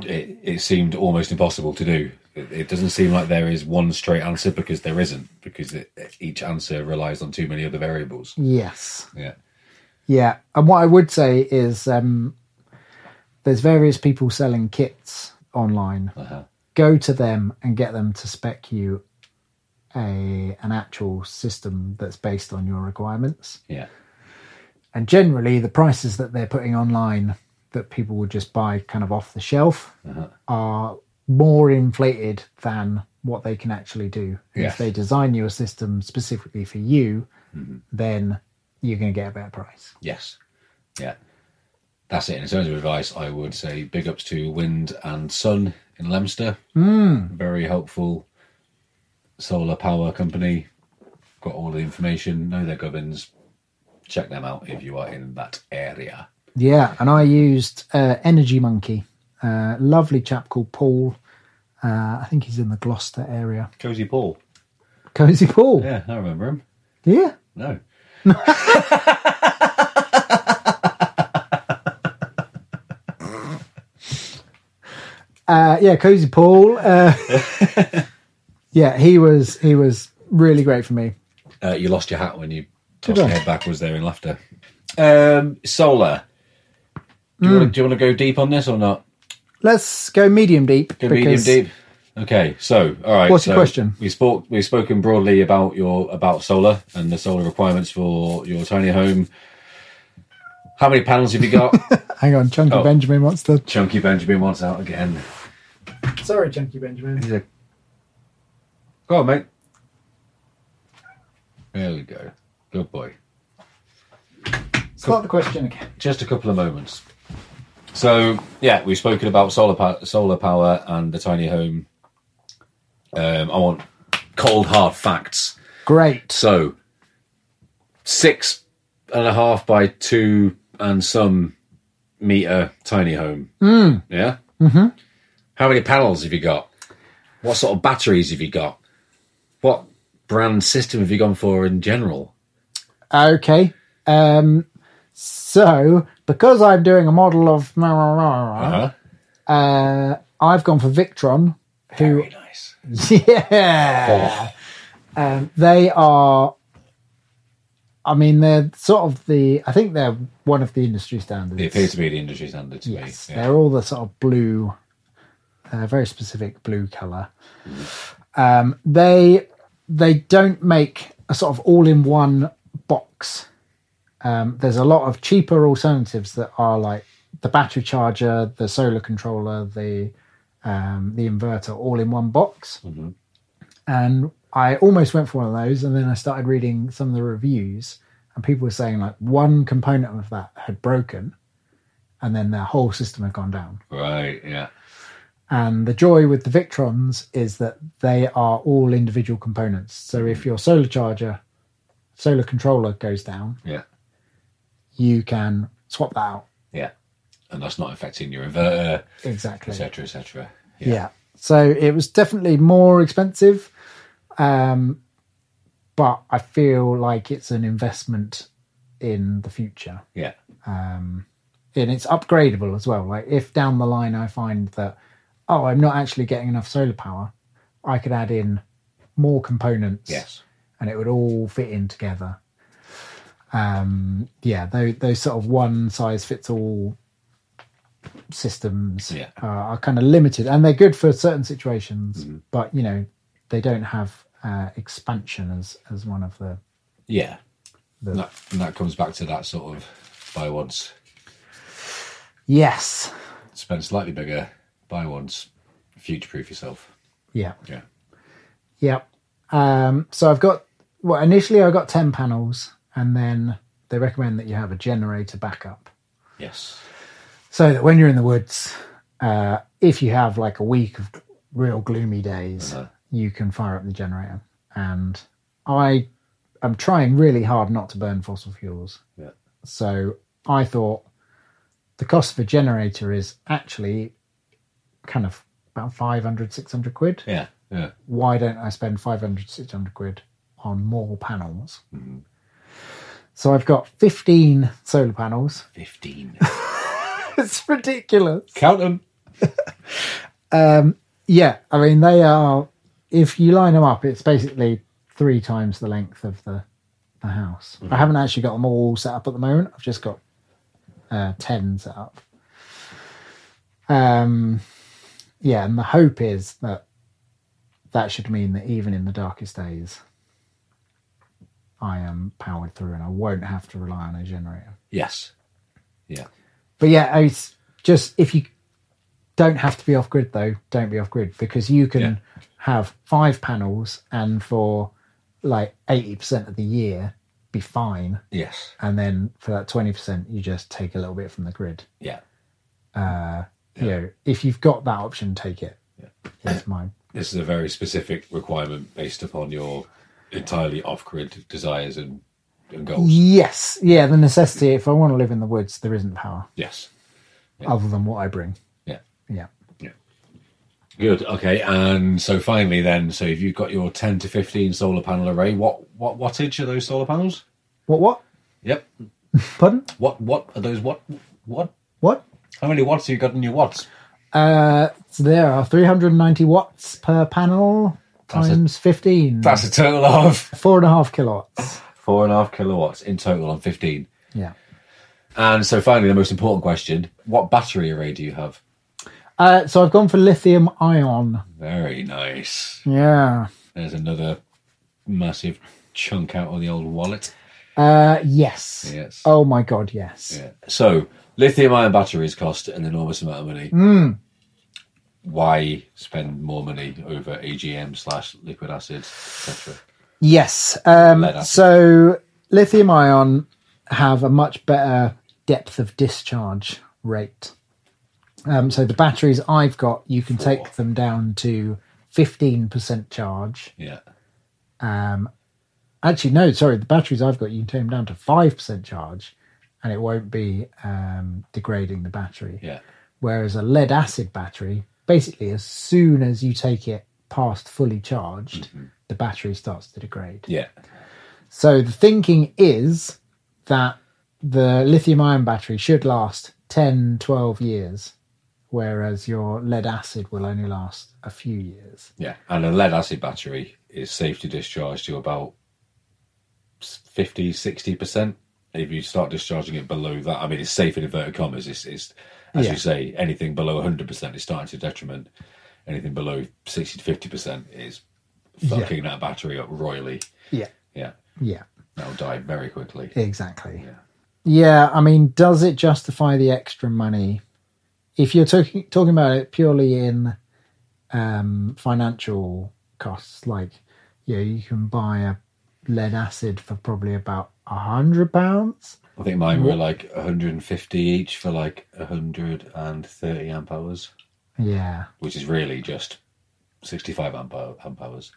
B: It, it seemed almost impossible to do. It, it doesn't seem like there is one straight answer because there isn't, because it, each answer relies on too many other
A: Mm.
B: variables.
A: Yes.
B: Yeah,
A: Yeah, and what I would say is um, there's various people selling kits online. Go to them and get them to spec you a an actual system that's based on your requirements.
B: yeah,
A: And generally, the prices that they're putting online that people would just buy kind of off the shelf are more inflated than what they can actually do. And
B: Yes.
A: If they design you a system specifically for you, then you're going to get a better price.
B: yes, yeah. That's it. In terms of advice, I would say big ups to Wind and Sun in Leamster.
A: Hmm.
B: Very helpful solar power company. Got all the information, know their gubbins. Check them out if you are in that area.
A: Yeah, and I used uh, Energy Monkey. Uh, lovely chap called Paul. Uh, I think he's in the Gloucester area.
B: Cozy Paul.
A: Cozy Paul. Yeah.
B: Yeah, I remember him. No.
A: Uh, yeah, Cozy Paul. Uh, yeah, he was he was really great for me.
B: Uh, you lost your hat when you
A: Did
B: tossed your
A: I?
B: head backwards there in laughter. Um, solar. Do
A: Hmm.
B: you, want to, do you want to go deep on this or not?
A: Let's go medium deep.
B: Go medium deep. Okay, so all right.
A: What's your
B: so
A: question?
B: We spoke. We've spoken broadly about your about solar and the solar requirements for your tiny home. How many panels have you got?
A: Hang on, Chunky
B: Oh.
A: Benjamin wants to.
B: Chunky Benjamin wants out again.
A: Sorry, Chunky Benjamin.
B: He's a go on, mate. There we go. Good boy.
A: Start the question again.
B: Just a couple of moments. So yeah, we've spoken about solar pow- solar power and the tiny home. Um, I want cold hard facts.
A: Great.
B: So six and a half by two and some meter tiny home. Yeah. Mm-hmm. How many panels have you got? What sort of batteries have you got? What brand system have you gone for in general?
A: Okay. Um, so because I'm doing a model of,
B: Uh-huh.
A: uh, I've gone for Victron, who
B: Very nice.
A: Yeah. Um, they are. I mean, they're sort of the. I think they're one of the industry standards.
B: They appear to be the industry standard to
A: yes,
B: me. Yeah.
A: they're all the sort of blue, uh, very specific blue color. Um, they they don't make a sort of all-in-one box. Um, there's a lot of cheaper alternatives that are like the battery charger, the solar controller, the um, the inverter, all in one box. And I almost went for one of those, and then I started reading some of the reviews, and people were saying like one component of that had broken, and then their whole system had gone down.
B: Right, yeah.
A: And the joy with the Victrons is that they are all individual components. So if your solar charger, solar controller goes down,
B: Yeah.
A: you can swap that out.
B: Yeah. And that's not affecting your inverter,
A: Exactly.
B: etc. etc.
A: Yeah. So it was definitely more expensive. Um, but I feel like it's an investment in the future.
B: Yeah.
A: and it's upgradable as well. Like if down the line I find that oh I'm not actually getting enough solar power, I could add in more components.
B: Yes.
A: and it would all fit in together. Um, yeah, those, those sort of one size fits all systems
B: Yeah.
A: are, are kind of limited, and they're good for certain situations,
B: Mm-hmm.
A: but you know they don't have uh, expansion as as one of the
B: Yeah.
A: The-
B: And that, and that comes back to that sort of buy once,
A: yes,
B: spend slightly bigger, buy once, future proof yourself.
A: yeah,
B: Yeah.
A: Yep. Um, so I've got well initially I got ten panels, and then they recommend that you have a generator backup,
B: Yes.
A: so that when you're in the woods, uh, if you have like a week of real gloomy days, you can fire up the generator. And I am trying really hard not to burn fossil fuels.
B: Yeah.
A: So I thought the cost of a generator is actually kind of about 500, 600 quid
B: Yeah. Yeah.
A: why don't I spend 500, 600 quid on more panels? So I've got 15 solar panels.
B: 15.
A: it's ridiculous.
B: Count them.
A: Yeah, I mean, they are, if you line them up, it's basically three times the length of the, the house. I haven't actually got them all set up at the moment. I've just got uh, 10 set up. Um, yeah, and the hope is that that should mean that even in the darkest days, I am powered through and I won't have to rely on a generator.
B: Yes. Yeah.
A: But yeah, it's just if you don't have to be off grid though, don't be off grid because you can
B: Yeah.
A: have five panels and for like eighty percent of the year be fine,
B: Yes.
A: and then for that twenty percent you just take a little bit from the grid.
B: Yeah.
A: You know, if you've got that option, take it. It's mine.
B: This is a very specific requirement based upon your entirely off grid desires and, and goals.
A: Yes, yeah, the necessity. If I want to live in the woods, there isn't power
B: Yes.
A: other than what I bring.
B: Yeah.
A: Yeah.
B: Good. Okay. And so finally, then, so if you've got your ten to fifteen solar panel array, what what wattage are those solar panels?
A: What? What?
B: Yep.
A: Pardon?
B: What what are those? What what?
A: What?
B: How many watts have you got in your watts?
A: Uh, so there are 390 watts per panel
B: That's a-
A: times 15.
B: That's a total of
A: four and a half kilowatts.
B: four and a half kilowatts in total on fifteen.
A: Yeah.
B: And so finally, the most important question: What battery array do you have?
A: Uh, so I've gone for lithium ion.
B: Very nice.
A: Yeah.
B: There's another massive chunk out of the old wallet.
A: Uh, yes.
B: Yes.
A: Oh my god, yes.
B: Yeah. So lithium ion batteries cost an enormous amount of money. Why spend more money over AGM slash liquid acid, etc.?
A: Yes. Um,
B: Lead acid.
A: so lithium ion have a much better depth of discharge rate. Um, so the batteries I've got, you can take them down to 15% charge.
B: Yeah.
A: actually no sorry the batteries i've got you can turn them down to 5% charge and it won't be um, degrading the battery
B: Yeah.
A: whereas a lead acid battery basically as soon as you take it past fully charged the battery starts to degrade
B: Yeah.
A: so the thinking is that the lithium ion battery should last 10 12 years whereas your lead acid will only last a few years
B: Yeah. And a lead acid battery is safe to discharge to about 50, 60%. If you start discharging it below that, I mean, it's safe in inverted commas. It's, it's as
A: Yeah.
B: you say, anything below 100% is starting to detriment. Anything below 60 to 50% is fucking that battery up royally.
A: yeah
B: Yeah.
A: yeah
B: That'll die very quickly.
A: Exactly. Yeah. I mean, does it justify the extra money? If you're talking talking about it purely in um, financial costs, like yeah, you can buy a lead acid for probably about a hundred pounds.
B: I think mine were like 150 each for like 130 amp hours,
A: Yeah,
B: which is really just 65 amp, hou- amp hours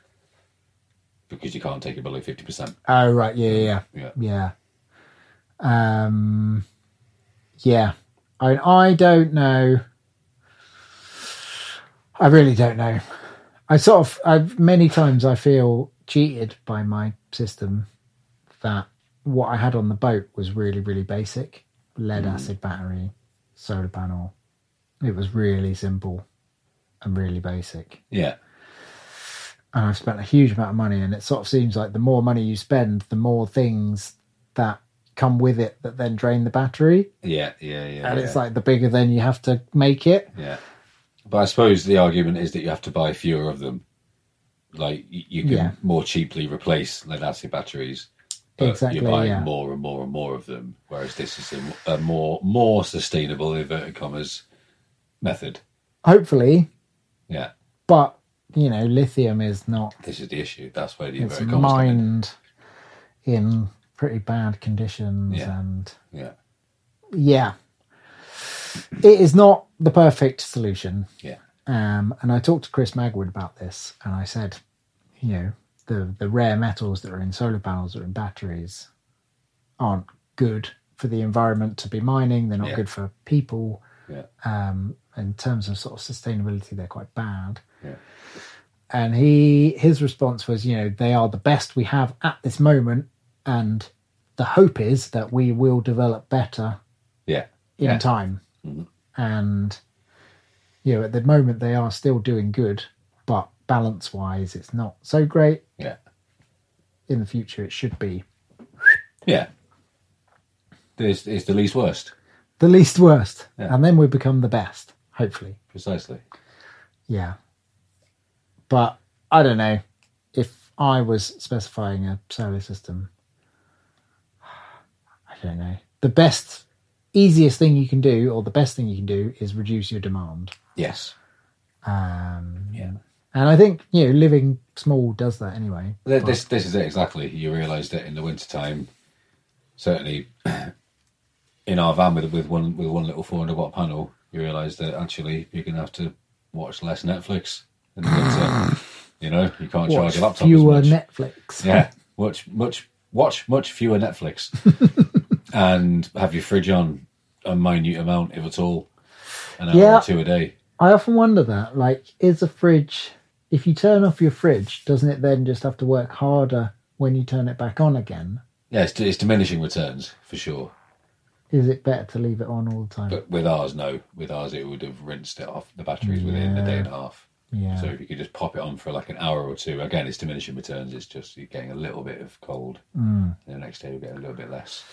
B: because you can't take it below 50%.
A: Oh right, yeah, yeah,
B: Yeah.
A: yeah, yeah. Um, yeah. I I don't know. I really don't know. I sort of I've many times I feel cheated by my system that what I had on the boat was really really basic lead acid battery solar panel. It was really simple and really basic
B: Yeah.
A: and I've spent a huge amount of money, and it sort of seems like the more money you spend, the more things that come with it that then drain the battery.
B: Yeah, yeah, yeah.
A: And
B: yeah.
A: it's like the bigger then you have to make it.
B: Yeah. But I suppose the argument is that you have to buy fewer of them. Like y- you can
A: Yeah.
B: more cheaply replace lead acid batteries, but
A: Exactly,
B: you're buying
A: yeah.
B: more and more and more of them. Whereas this is a, a more more sustainable inverted commas method.
A: Hopefully,
B: Yeah,
A: but you know, lithium is not
B: this is the issue. That's where the
A: it's
B: inverted commas come in.
A: mined in pretty bad conditions
B: Yeah.
A: and
B: Yeah,
A: yeah. It is not the perfect solution.
B: yeah,
A: Um, and I talked to Chris Magwood about this, and I said, you know, the the rare metals that are in solar panels or in batteries aren't good for the environment to be mining. They're not
B: Yeah.
A: good for people.
B: yeah,
A: Um, in terms of sort of sustainability, they're quite bad.
B: yeah.
A: And he his response was, you know, they are the best we have at this moment, and the hope is that we will develop better
B: Yeah.
A: in
B: yeah. Mm-hmm.
A: time. And you know, at the moment they are still doing good, but balance wise it's not so great.
B: Yeah.
A: In the future it should be
B: Yeah. This is the least worst.
A: the least worst.
B: Yeah.
A: And then we become the best, hopefully.
B: Precisely.
A: Yeah. But I don't know. If I was specifying a solar system, I don't know. The best, easiest thing you can do, or the best thing you can do, is reduce your demand.
B: Yes.
A: Um,
B: Yeah.
A: And I think, you know, living small does that anyway.
B: Th- This this is it exactly. You realise that in the wintertime, certainly in our van with with one with one little four hundred watt panel, you realise that actually you're gonna have to watch less Netflix in the winter. you know, you can't charge your
A: Watch
B: laptop
A: fewer
B: as much.
A: Netflix.
B: yeah, much much watch much fewer Netflix, and have your fridge on a minute amount if at all, an hour
A: Yeah.
B: or two a day.
A: I often wonder that. Like, is a fridge, if you turn off your fridge, doesn't it then just have to work harder when you turn it back on again?
B: Yeah, it's, it's diminishing returns for sure.
A: Is it better to leave it on all the time?
B: But with ours, no. With ours, it would have rinsed it off the batteries within a day and a half.
A: Yeah.
B: So if you could just pop it on for like an hour or two, again, it's diminishing returns. It's just you're getting a little bit of cold. Mm. And the next day, you'll get a little bit less.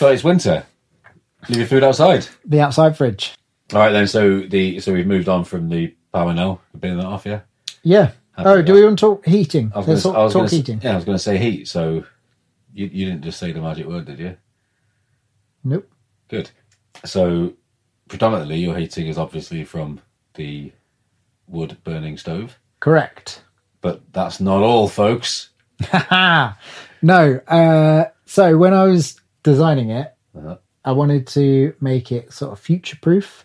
B: But it's winter. Leave your food outside.
A: The outside fridge.
B: All right, then. So the so we've moved on from the power now. We've been that off, yeah.
A: Yeah.
B: Happy
A: oh,
B: with
A: do
B: that.
A: we want to talk heating?
B: I was
A: Let's
B: gonna-
A: talk,
B: I was
A: talk
B: gonna s-
A: heating.
B: Yeah, I was going to say heat. So you you didn't just say the magic word, did you?
A: Nope.
B: Good. So, predominantly, your heating is obviously from the wood burning stove,
A: Correct.
B: but that's not all, folks.
A: Ah, no. Uh, so when I was designing it,
B: Uh-huh.
A: I wanted to make it sort of future proof.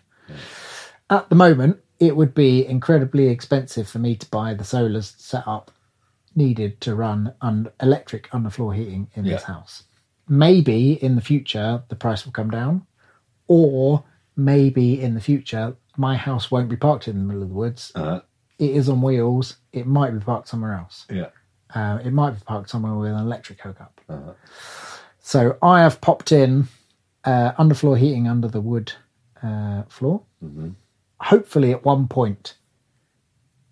A: At the moment, it would be incredibly expensive for me to buy the solar setup needed to run un- electric underfloor heating in this
B: Yeah.
A: house. Maybe in the future, the price will come down, or maybe in the future, my house won't be parked in the middle of the woods.
B: Uh-huh.
A: It is on wheels. It might be parked somewhere else.
B: Yeah.
A: Uh, it might be parked somewhere with an electric hookup. So I have popped in uh, underfloor heating under the wood uh, floor. Hopefully, at one point,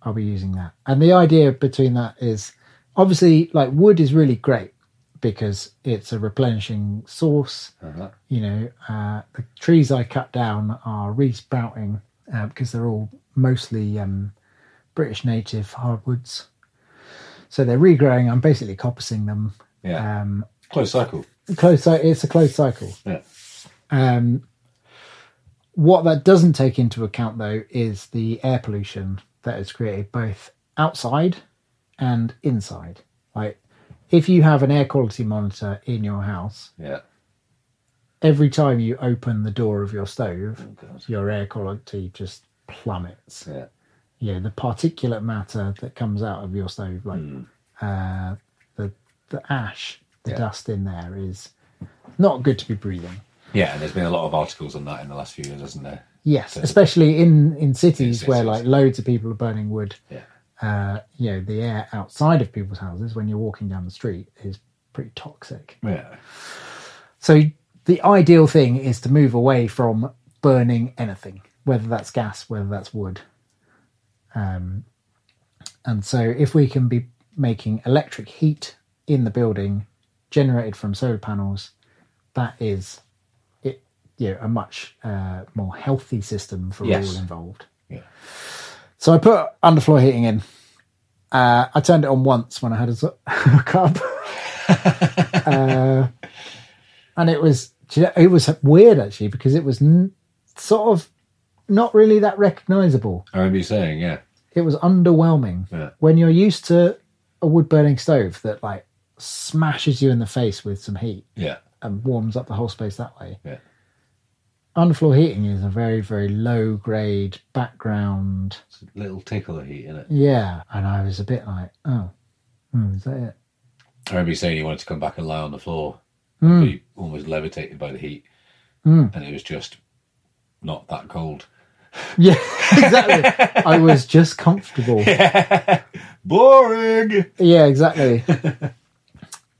A: I'll be using that. And the idea between that is obviously like wood is really great because it's a replenishing source. You know, uh, the trees I cut down are resprouting uh, because they're all mostly um, British native hardwoods. So they're regrowing. I'm basically coppicing them.
B: Yeah.
A: Um,
B: Close cycle.
A: close. cy- It's a closed cycle.
B: Yeah.
A: Um, what that doesn't take into account, though, is the air pollution that is created both outside and inside. Like, if you have an air quality monitor in your house,
B: Yeah.
A: every time you open the door of your stove, your air quality just plummets.
B: Yeah.
A: Yeah, the particulate matter that comes out of your stove, like uh, the the ash, the
B: Mm. Yeah.
A: dust in there, is not good to be breathing.
B: Yeah. And there's been a lot of articles on that in the last few years, hasn't there?
A: Yes,
B: So-
A: especially in in cities
B: cities.
A: where like loads of people are burning wood.
B: Yeah.
A: Uh, you know, the air outside of people's houses when you're walking down the street is pretty toxic.
B: Yeah.
A: So the ideal thing is to move away from burning anything, whether that's gas, whether that's wood. Um, and so if we can be making electric heat in the building generated from solar panels that is it, you know, a much uh, more healthy system for
B: Yes.
A: all involved.
B: Yeah.
A: So I put underfloor heating in. Uh, I turned it on once when I had a zo- hookup, uh, and it was do you know, it was weird actually because it was n- sort of not really that recognisable.
B: I remember you saying, yeah.
A: It was underwhelming
B: Yeah.
A: when you're used to a wood burning stove that like smashes you in the face with some heat
B: Yeah.
A: and warms up the whole space that way.
B: Yeah.
A: Underfloor heating is a very very low grade background.
B: It's a little tickle of heat in it.
A: Yeah, and I was a bit like, oh, hmm, is that it?
B: I remember you saying you wanted to come back and lie on the floor, be almost levitated by the heat, and it was just not that cold.
A: Yeah, exactly. I was just comfortable. Yeah,
B: Boring.
A: exactly.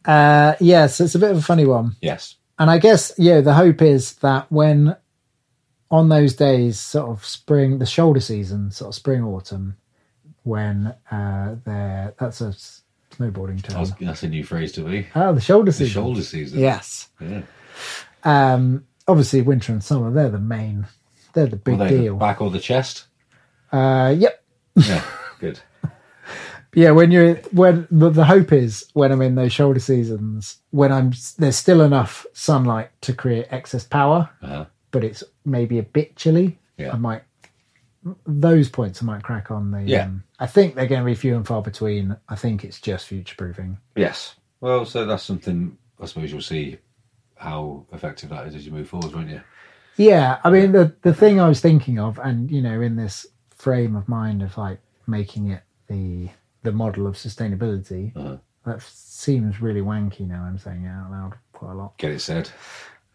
A: uh, yeah, so it's a bit of a funny one.
B: Yes.
A: And I guess, yeah, the hope is that when on those days, sort of spring, the shoulder season, sort of spring, autumn, when uh, they're, that's a s- snowboarding term.
B: That was- that's a new phrase to me.
A: Oh, the shoulder
B: The
A: season.
B: shoulder season.
A: Yes.
B: Yeah.
A: Um, obviously, winter and summer, they're the main, they're the
B: Were
A: big
B: they the
A: deal.
B: back or the chest?
A: Uh, yep.
B: Yeah. Good.
A: Yeah, when you're when the, the hope is when I'm in those shoulder seasons, when I'm there's still enough sunlight to create excess power,
B: Uh-huh.
A: but it's maybe a bit chilly.
B: Yeah.
A: I might those points I might crack on the. um,
B: Yeah.
A: I think they're going to be few and far between. I think it's just future proofing.
B: Yes. Well, so that's something I suppose you'll see how effective that is as you move forward, won't you?
A: Yeah, I mean the the thing I was thinking of, and you know, in this frame of mind of like making it the the model of sustainability,
B: Uh-huh.
A: that seems really wanky. Now I'm saying it out loud quite a lot.
B: Get it said.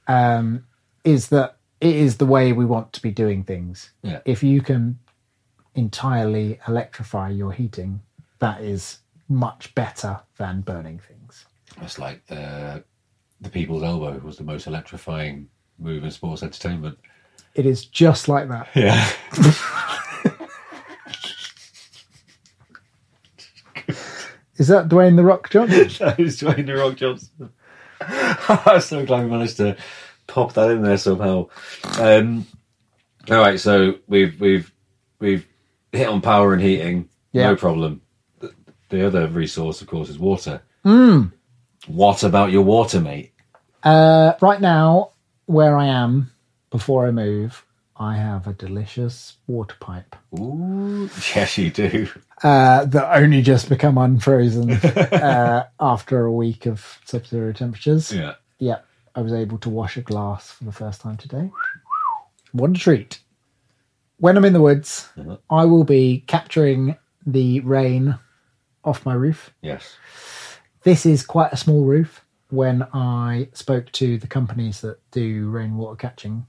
A: um, is that it is the way we want to be doing things.
B: Yeah.
A: If you can entirely electrify your heating, that is much better than burning things.
B: That's like uh, the people's elbow was the most electrifying move in sports entertainment.
A: It is just like that.
B: Yeah.
A: Is that Dwayne the Rock Johnson?
B: that was Dwayne the Rock Johnson. I'm so glad we managed to pop that in there somehow. Um, all right, so we've we've we've hit on power and heating.
A: Yeah.
B: No problem. The- The other resource, of course, is water. What about your water, mate?
A: uh, right now, where I am, before I move, I have a delicious water pipe
B: Ooh, yes, you do.
A: uh, that only just become unfrozen uh, after a week of sub-zero temperatures.
B: Yeah.
A: Yeah, I was able to wash a glass for the first time today. What a treat. When I'm in the woods, I will be capturing the rain off my roof.
B: Yes.
A: This is quite a small roof. When I spoke to the companies that do rainwater catching,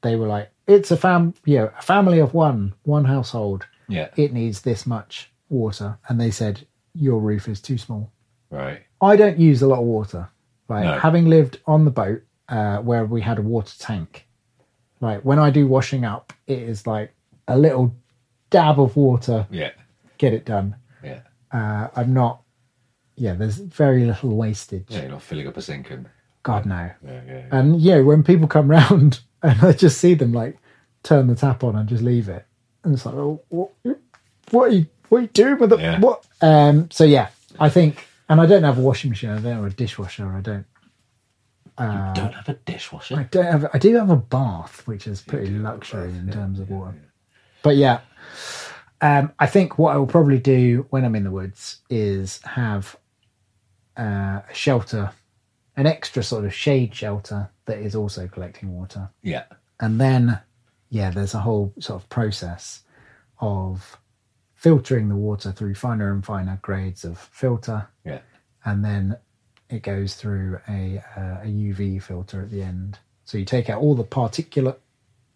A: they were like, it's a fam, you know, a family of one, one household.
B: Yeah.
A: It needs this much water. And they said, your roof is too small.
B: Right.
A: I don't use a lot of water. Like
B: No.
A: having lived on the boat uh, where we had a water tank, like when I do washing up, it is like a little dab of water,
B: Yeah.
A: get it done.
B: Yeah.
A: Uh, I'm not. Yeah, there's very little wastage.
B: Yeah, you're not filling up a sink and.
A: God no.
B: Yeah, yeah.
A: And yeah, when people come round and I just see them like turn the tap on and just leave it, and it's like, oh, what, what are you, what are you doing with it?
B: Yeah.
A: What? Um. So yeah, I think, and I don't have a washing machine. I don't have a dishwasher. I don't.
B: Don't have a dishwasher.
A: I don't have. I do have a bath, which is pretty luxury in terms of water. But yeah, um, I think what I will probably do when I'm in the woods is have uh, a shelter, an extra sort of shade shelter that is also collecting water,
B: Yeah.
A: and then yeah, there's a whole sort of process of filtering the water through finer and finer grades of filter
B: Yeah.
A: and then it goes through a uh, a UV filter at the end. So you take out all the particulate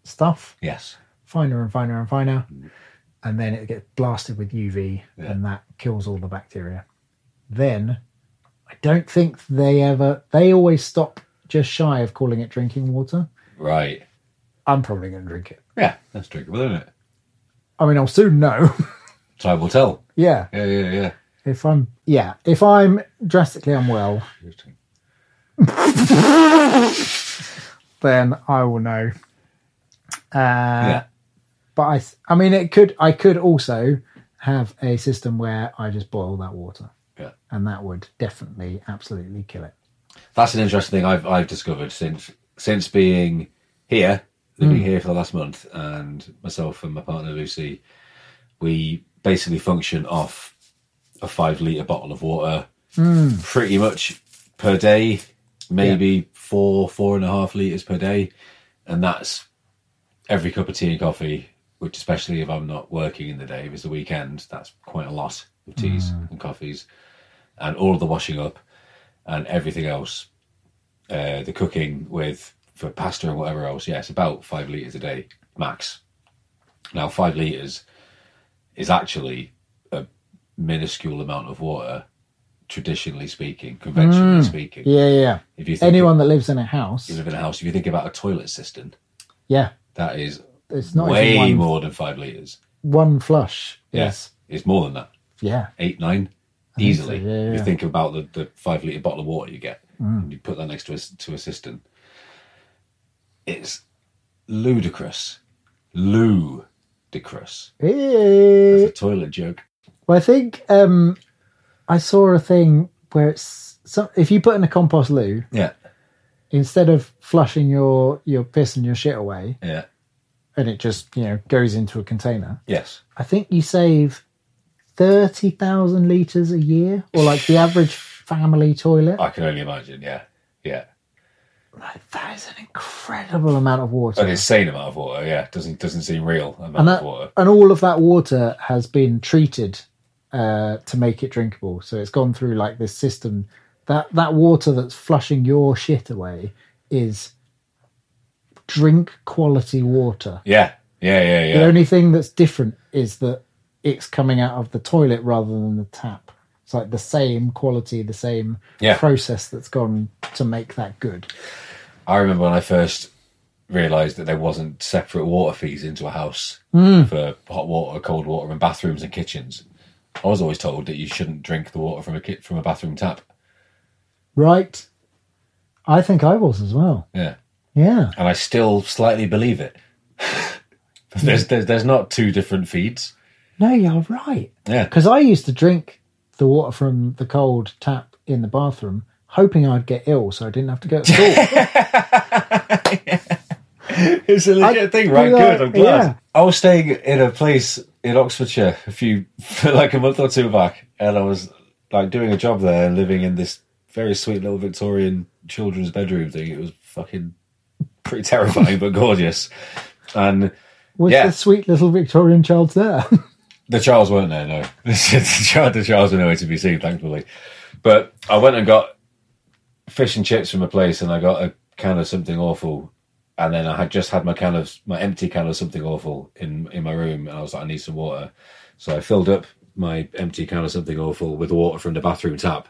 A: stuff,
B: Yes.
A: finer and finer and finer, and then it gets blasted with UV, and that kills all the bacteria. Then I don't think they ever. They always stop just shy of calling it drinking water.
B: Right.
A: I'm probably going to drink it.
B: Yeah. That's drinkable, isn't it?
A: I mean, I'll soon know.
B: Time will tell.
A: yeah,
B: Yeah, yeah, yeah. Uh,
A: if I'm yeah, if I'm drastically unwell, then I will know. Uh, But I, th- I mean, it could. I could also have a system where I just boil that water,
B: Yeah.
A: and that would definitely, absolutely kill it.
B: That's an interesting thing I've I've discovered since since being here, living here for the last month, and myself and my partner Lucy, we basically function off a five liter bottle of water pretty much per day, maybe four four and a half liters per day, and that's every cup of tea and coffee. Which, especially if I'm not working in the day, if it's the weekend, that's quite a lot of teas
A: Mm.
B: and coffees, and all of the washing up and everything else, uh, the cooking with for pasta and whatever else, yeah, it's about five liters a day max. Now, five liters is actually a minuscule amount of water, traditionally speaking, conventionally speaking.
A: Mm. Yeah, yeah. yeah.
B: If you think
A: Anyone that lives in a house,
B: you live in a house, if you think about a toilet cistern,
A: yeah,
B: that is
A: it's not
B: way
A: even one,
B: more than five liters.
A: one flush.
B: Yes, it's more than that.
A: Yeah.
B: eight, nine,
A: think so,
B: easily.
A: yeah, yeah. Mm.
B: You think about the, the five liter bottle of water you get, and you put that next to a to a cistern. It's ludicrous, ludicrous. It's
A: Eh.
B: a toilet joke.
A: Well, I think um, I saw a thing where it's some, if you put in a compost loo
B: Yeah,
A: instead of flushing your your piss and your shit away,
B: yeah,
A: and it just you know goes into a container.
B: yes.
A: I think you save thirty thousand liters a year, or like the average family toilet.
B: I can only imagine. Yeah, yeah.
A: Oh, Like, that is an incredible amount of water,
B: An insane amount of water. Yeah, doesn't doesn't seem real amount
A: and that,
B: of water.
A: and all of that water has been treated uh, to make it drinkable. So it's gone through like this system. That that water that's flushing your shit away is drink quality water.
B: Yeah, yeah, yeah, yeah.
A: The only thing that's different is that it's coming out of the toilet rather than the tap. It's like the same quality, the same
B: Yeah.
A: process that's gone to make that good.
B: I remember when I first realised that there wasn't separate water fees into a house for hot water, cold water, and bathrooms and kitchens. I was always told that you shouldn't drink the water from a kit from a bathroom tap.
A: Right? I think I was as well.
B: Yeah,
A: Yeah.
B: and I still slightly believe it. But there's, there's there's not two different feeds.
A: No, you're right.
B: Yeah,
A: Because I used to drink the water from the cold tap in the bathroom, hoping I'd get ill so I didn't have to go to school.
B: it's a legit
A: I-
B: thing, right?
A: yeah,
B: Good. I'm glad.
A: yeah.
B: I was staying in a place in Oxfordshire a few for like a month or two back, and I was like doing a job there and living in this very sweet little Victorian children's bedroom thing. It was fucking pretty terrifying but gorgeous. And
A: Was
B: Yeah.
A: the sweet little Victorian child there?
B: the Charles weren't there, no. the Charles the Charles were nowhere to be seen, thankfully. But I went and got fish and chips from a place, and I got a can of something awful, and then I had just had my can of my empty can of something awful in in my room, and I was like, I need some water, so I filled up my empty can of something awful with water from the bathroom tap,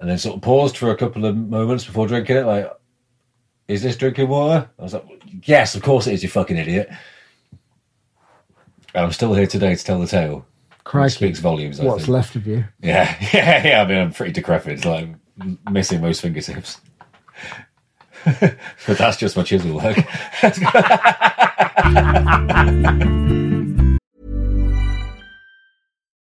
B: and then sort of paused for a couple of moments before drinking it, like. Is this drinking water? I was like, yes, of course it is, you fucking idiot. And I'm still here today to tell the tale. It
A: Crikey.
B: speaks volumes. I
A: What's
B: think.
A: left of you?
B: Yeah, yeah, yeah. I mean, I'm pretty decrepit, like m- missing most fingertips. but that's just my chisel work.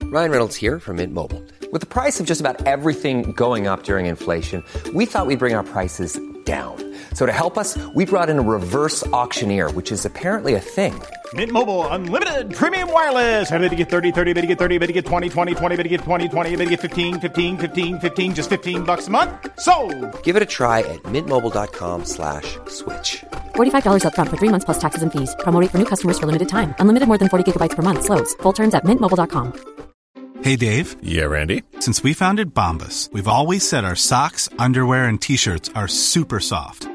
E: Ryan Reynolds here from Mint Mobile. With the price of just about everything going up during inflation, we thought we'd bring our prices down. So to help us, we brought in a reverse auctioneer, which is apparently a thing.
F: Mint Mobile unlimited premium wireless. Ready to get 30, 30, bet you get 30, bet you get 20, 20, 20, bet you get 20, 20, bet you get 15, 15, 15, 15 just 15 bucks a month. So,
E: Give it a try at mintmobile.com slash switch.
G: $45 upfront for three months plus taxes and fees. Promo rate for new customers for limited time. Unlimited more than 40 gigabytes per month. Slows. Full terms at mintmobile.com.
H: Hey, Dave.
I: Yeah, Randy.
H: Since we founded Bombus, we've always said our socks, underwear, and t shirts are super soft.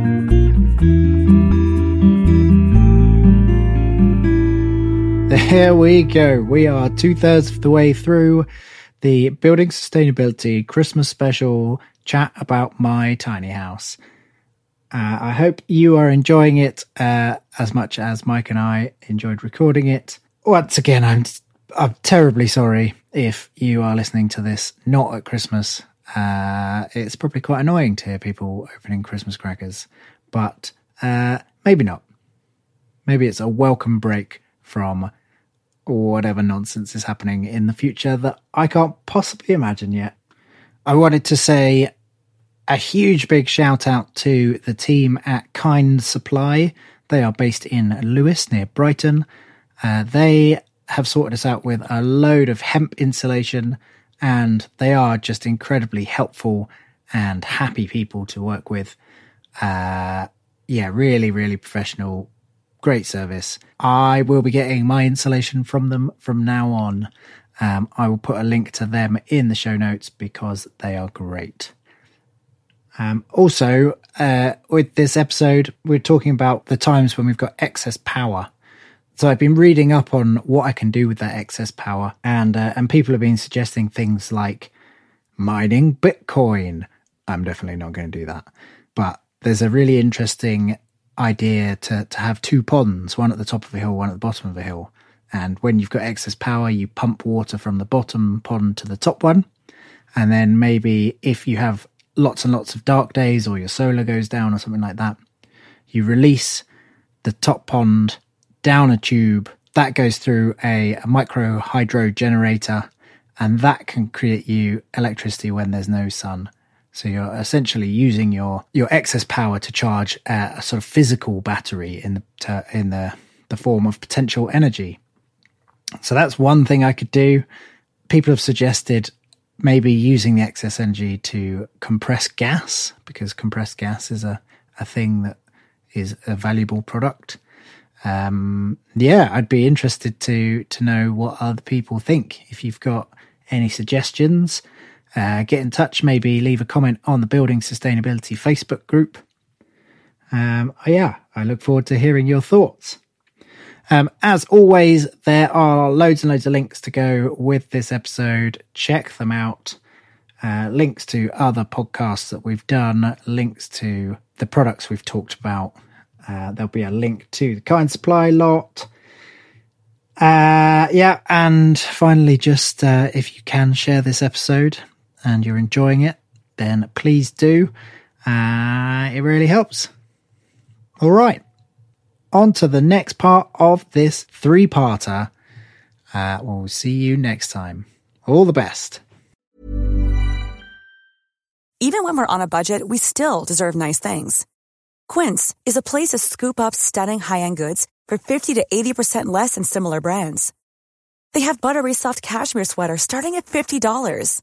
A: There we go. We are two thirds of the way through the Building Sustainability Christmas special chat about my tiny house. Uh, I hope you are enjoying it uh, as much as Mike and I enjoyed recording it. Once again, I'm I'm terribly sorry if you are listening to this not at Christmas. Uh, it's probably quite annoying to hear people opening Christmas crackers, but uh, maybe not. Maybe it's a welcome break from whatever nonsense is happening in the future that I can't possibly imagine yet. I wanted to say a huge big shout out to the team at Kind Supply. They are based in Lewis near Brighton. Uh, they have sorted us out with a load of hemp insulation, and they are just incredibly helpful and happy people to work with. Uh, yeah, really, really professional. Great service. I will be getting my insulation from them from now on. Um, I will put a link to them in the show notes because they are great. Um, also, uh, with this episode, we're talking about the times when we've got excess power. So I've been reading up on what I can do with that excess power, and uh, and people have been suggesting things like mining Bitcoin. I'm definitely not going to do that, but there's a really interesting idea to to have two ponds, one at the top of a hill, one at the bottom of a hill. And when you've got excess power, you pump water from the bottom pond to the top one. And then maybe if you have lots and lots of dark days or your solar goes down or something like that, you release the top pond down a tube. That goes through a, a micro hydro generator and that can create you electricity when there's no sun. So you're essentially using your, your excess power to charge a, a sort of physical battery in the, to, in the, the form of potential energy. So that's one thing I could do. People have suggested maybe using the excess energy to compress gas because compressed gas is a, a thing that is a valuable product. Um, yeah, I'd be interested to to know what other people think. If you've got any suggestions, uh, get in touch. Maybe leave a comment on the Building Sustainability Facebook group. Um, yeah, I look forward to hearing your thoughts. Um, as always, there are loads and loads of links to go with this episode. Check them out. Uh, links to other podcasts that we've done, links to the products we've talked about. Uh, there'll be a link to the kind supply lot. Uh, yeah, and finally, just uh, if you can share this episode and you're enjoying it, then please do. Uh, it really helps. All right on to the next part of this three parter. Uh, we'll see you next time. All the best.
J: Even when we're on a budget, we still deserve nice things. Quince is a place to scoop up stunning high end goods for 50 to 80% less than similar brands. They have buttery soft cashmere sweaters starting at $50,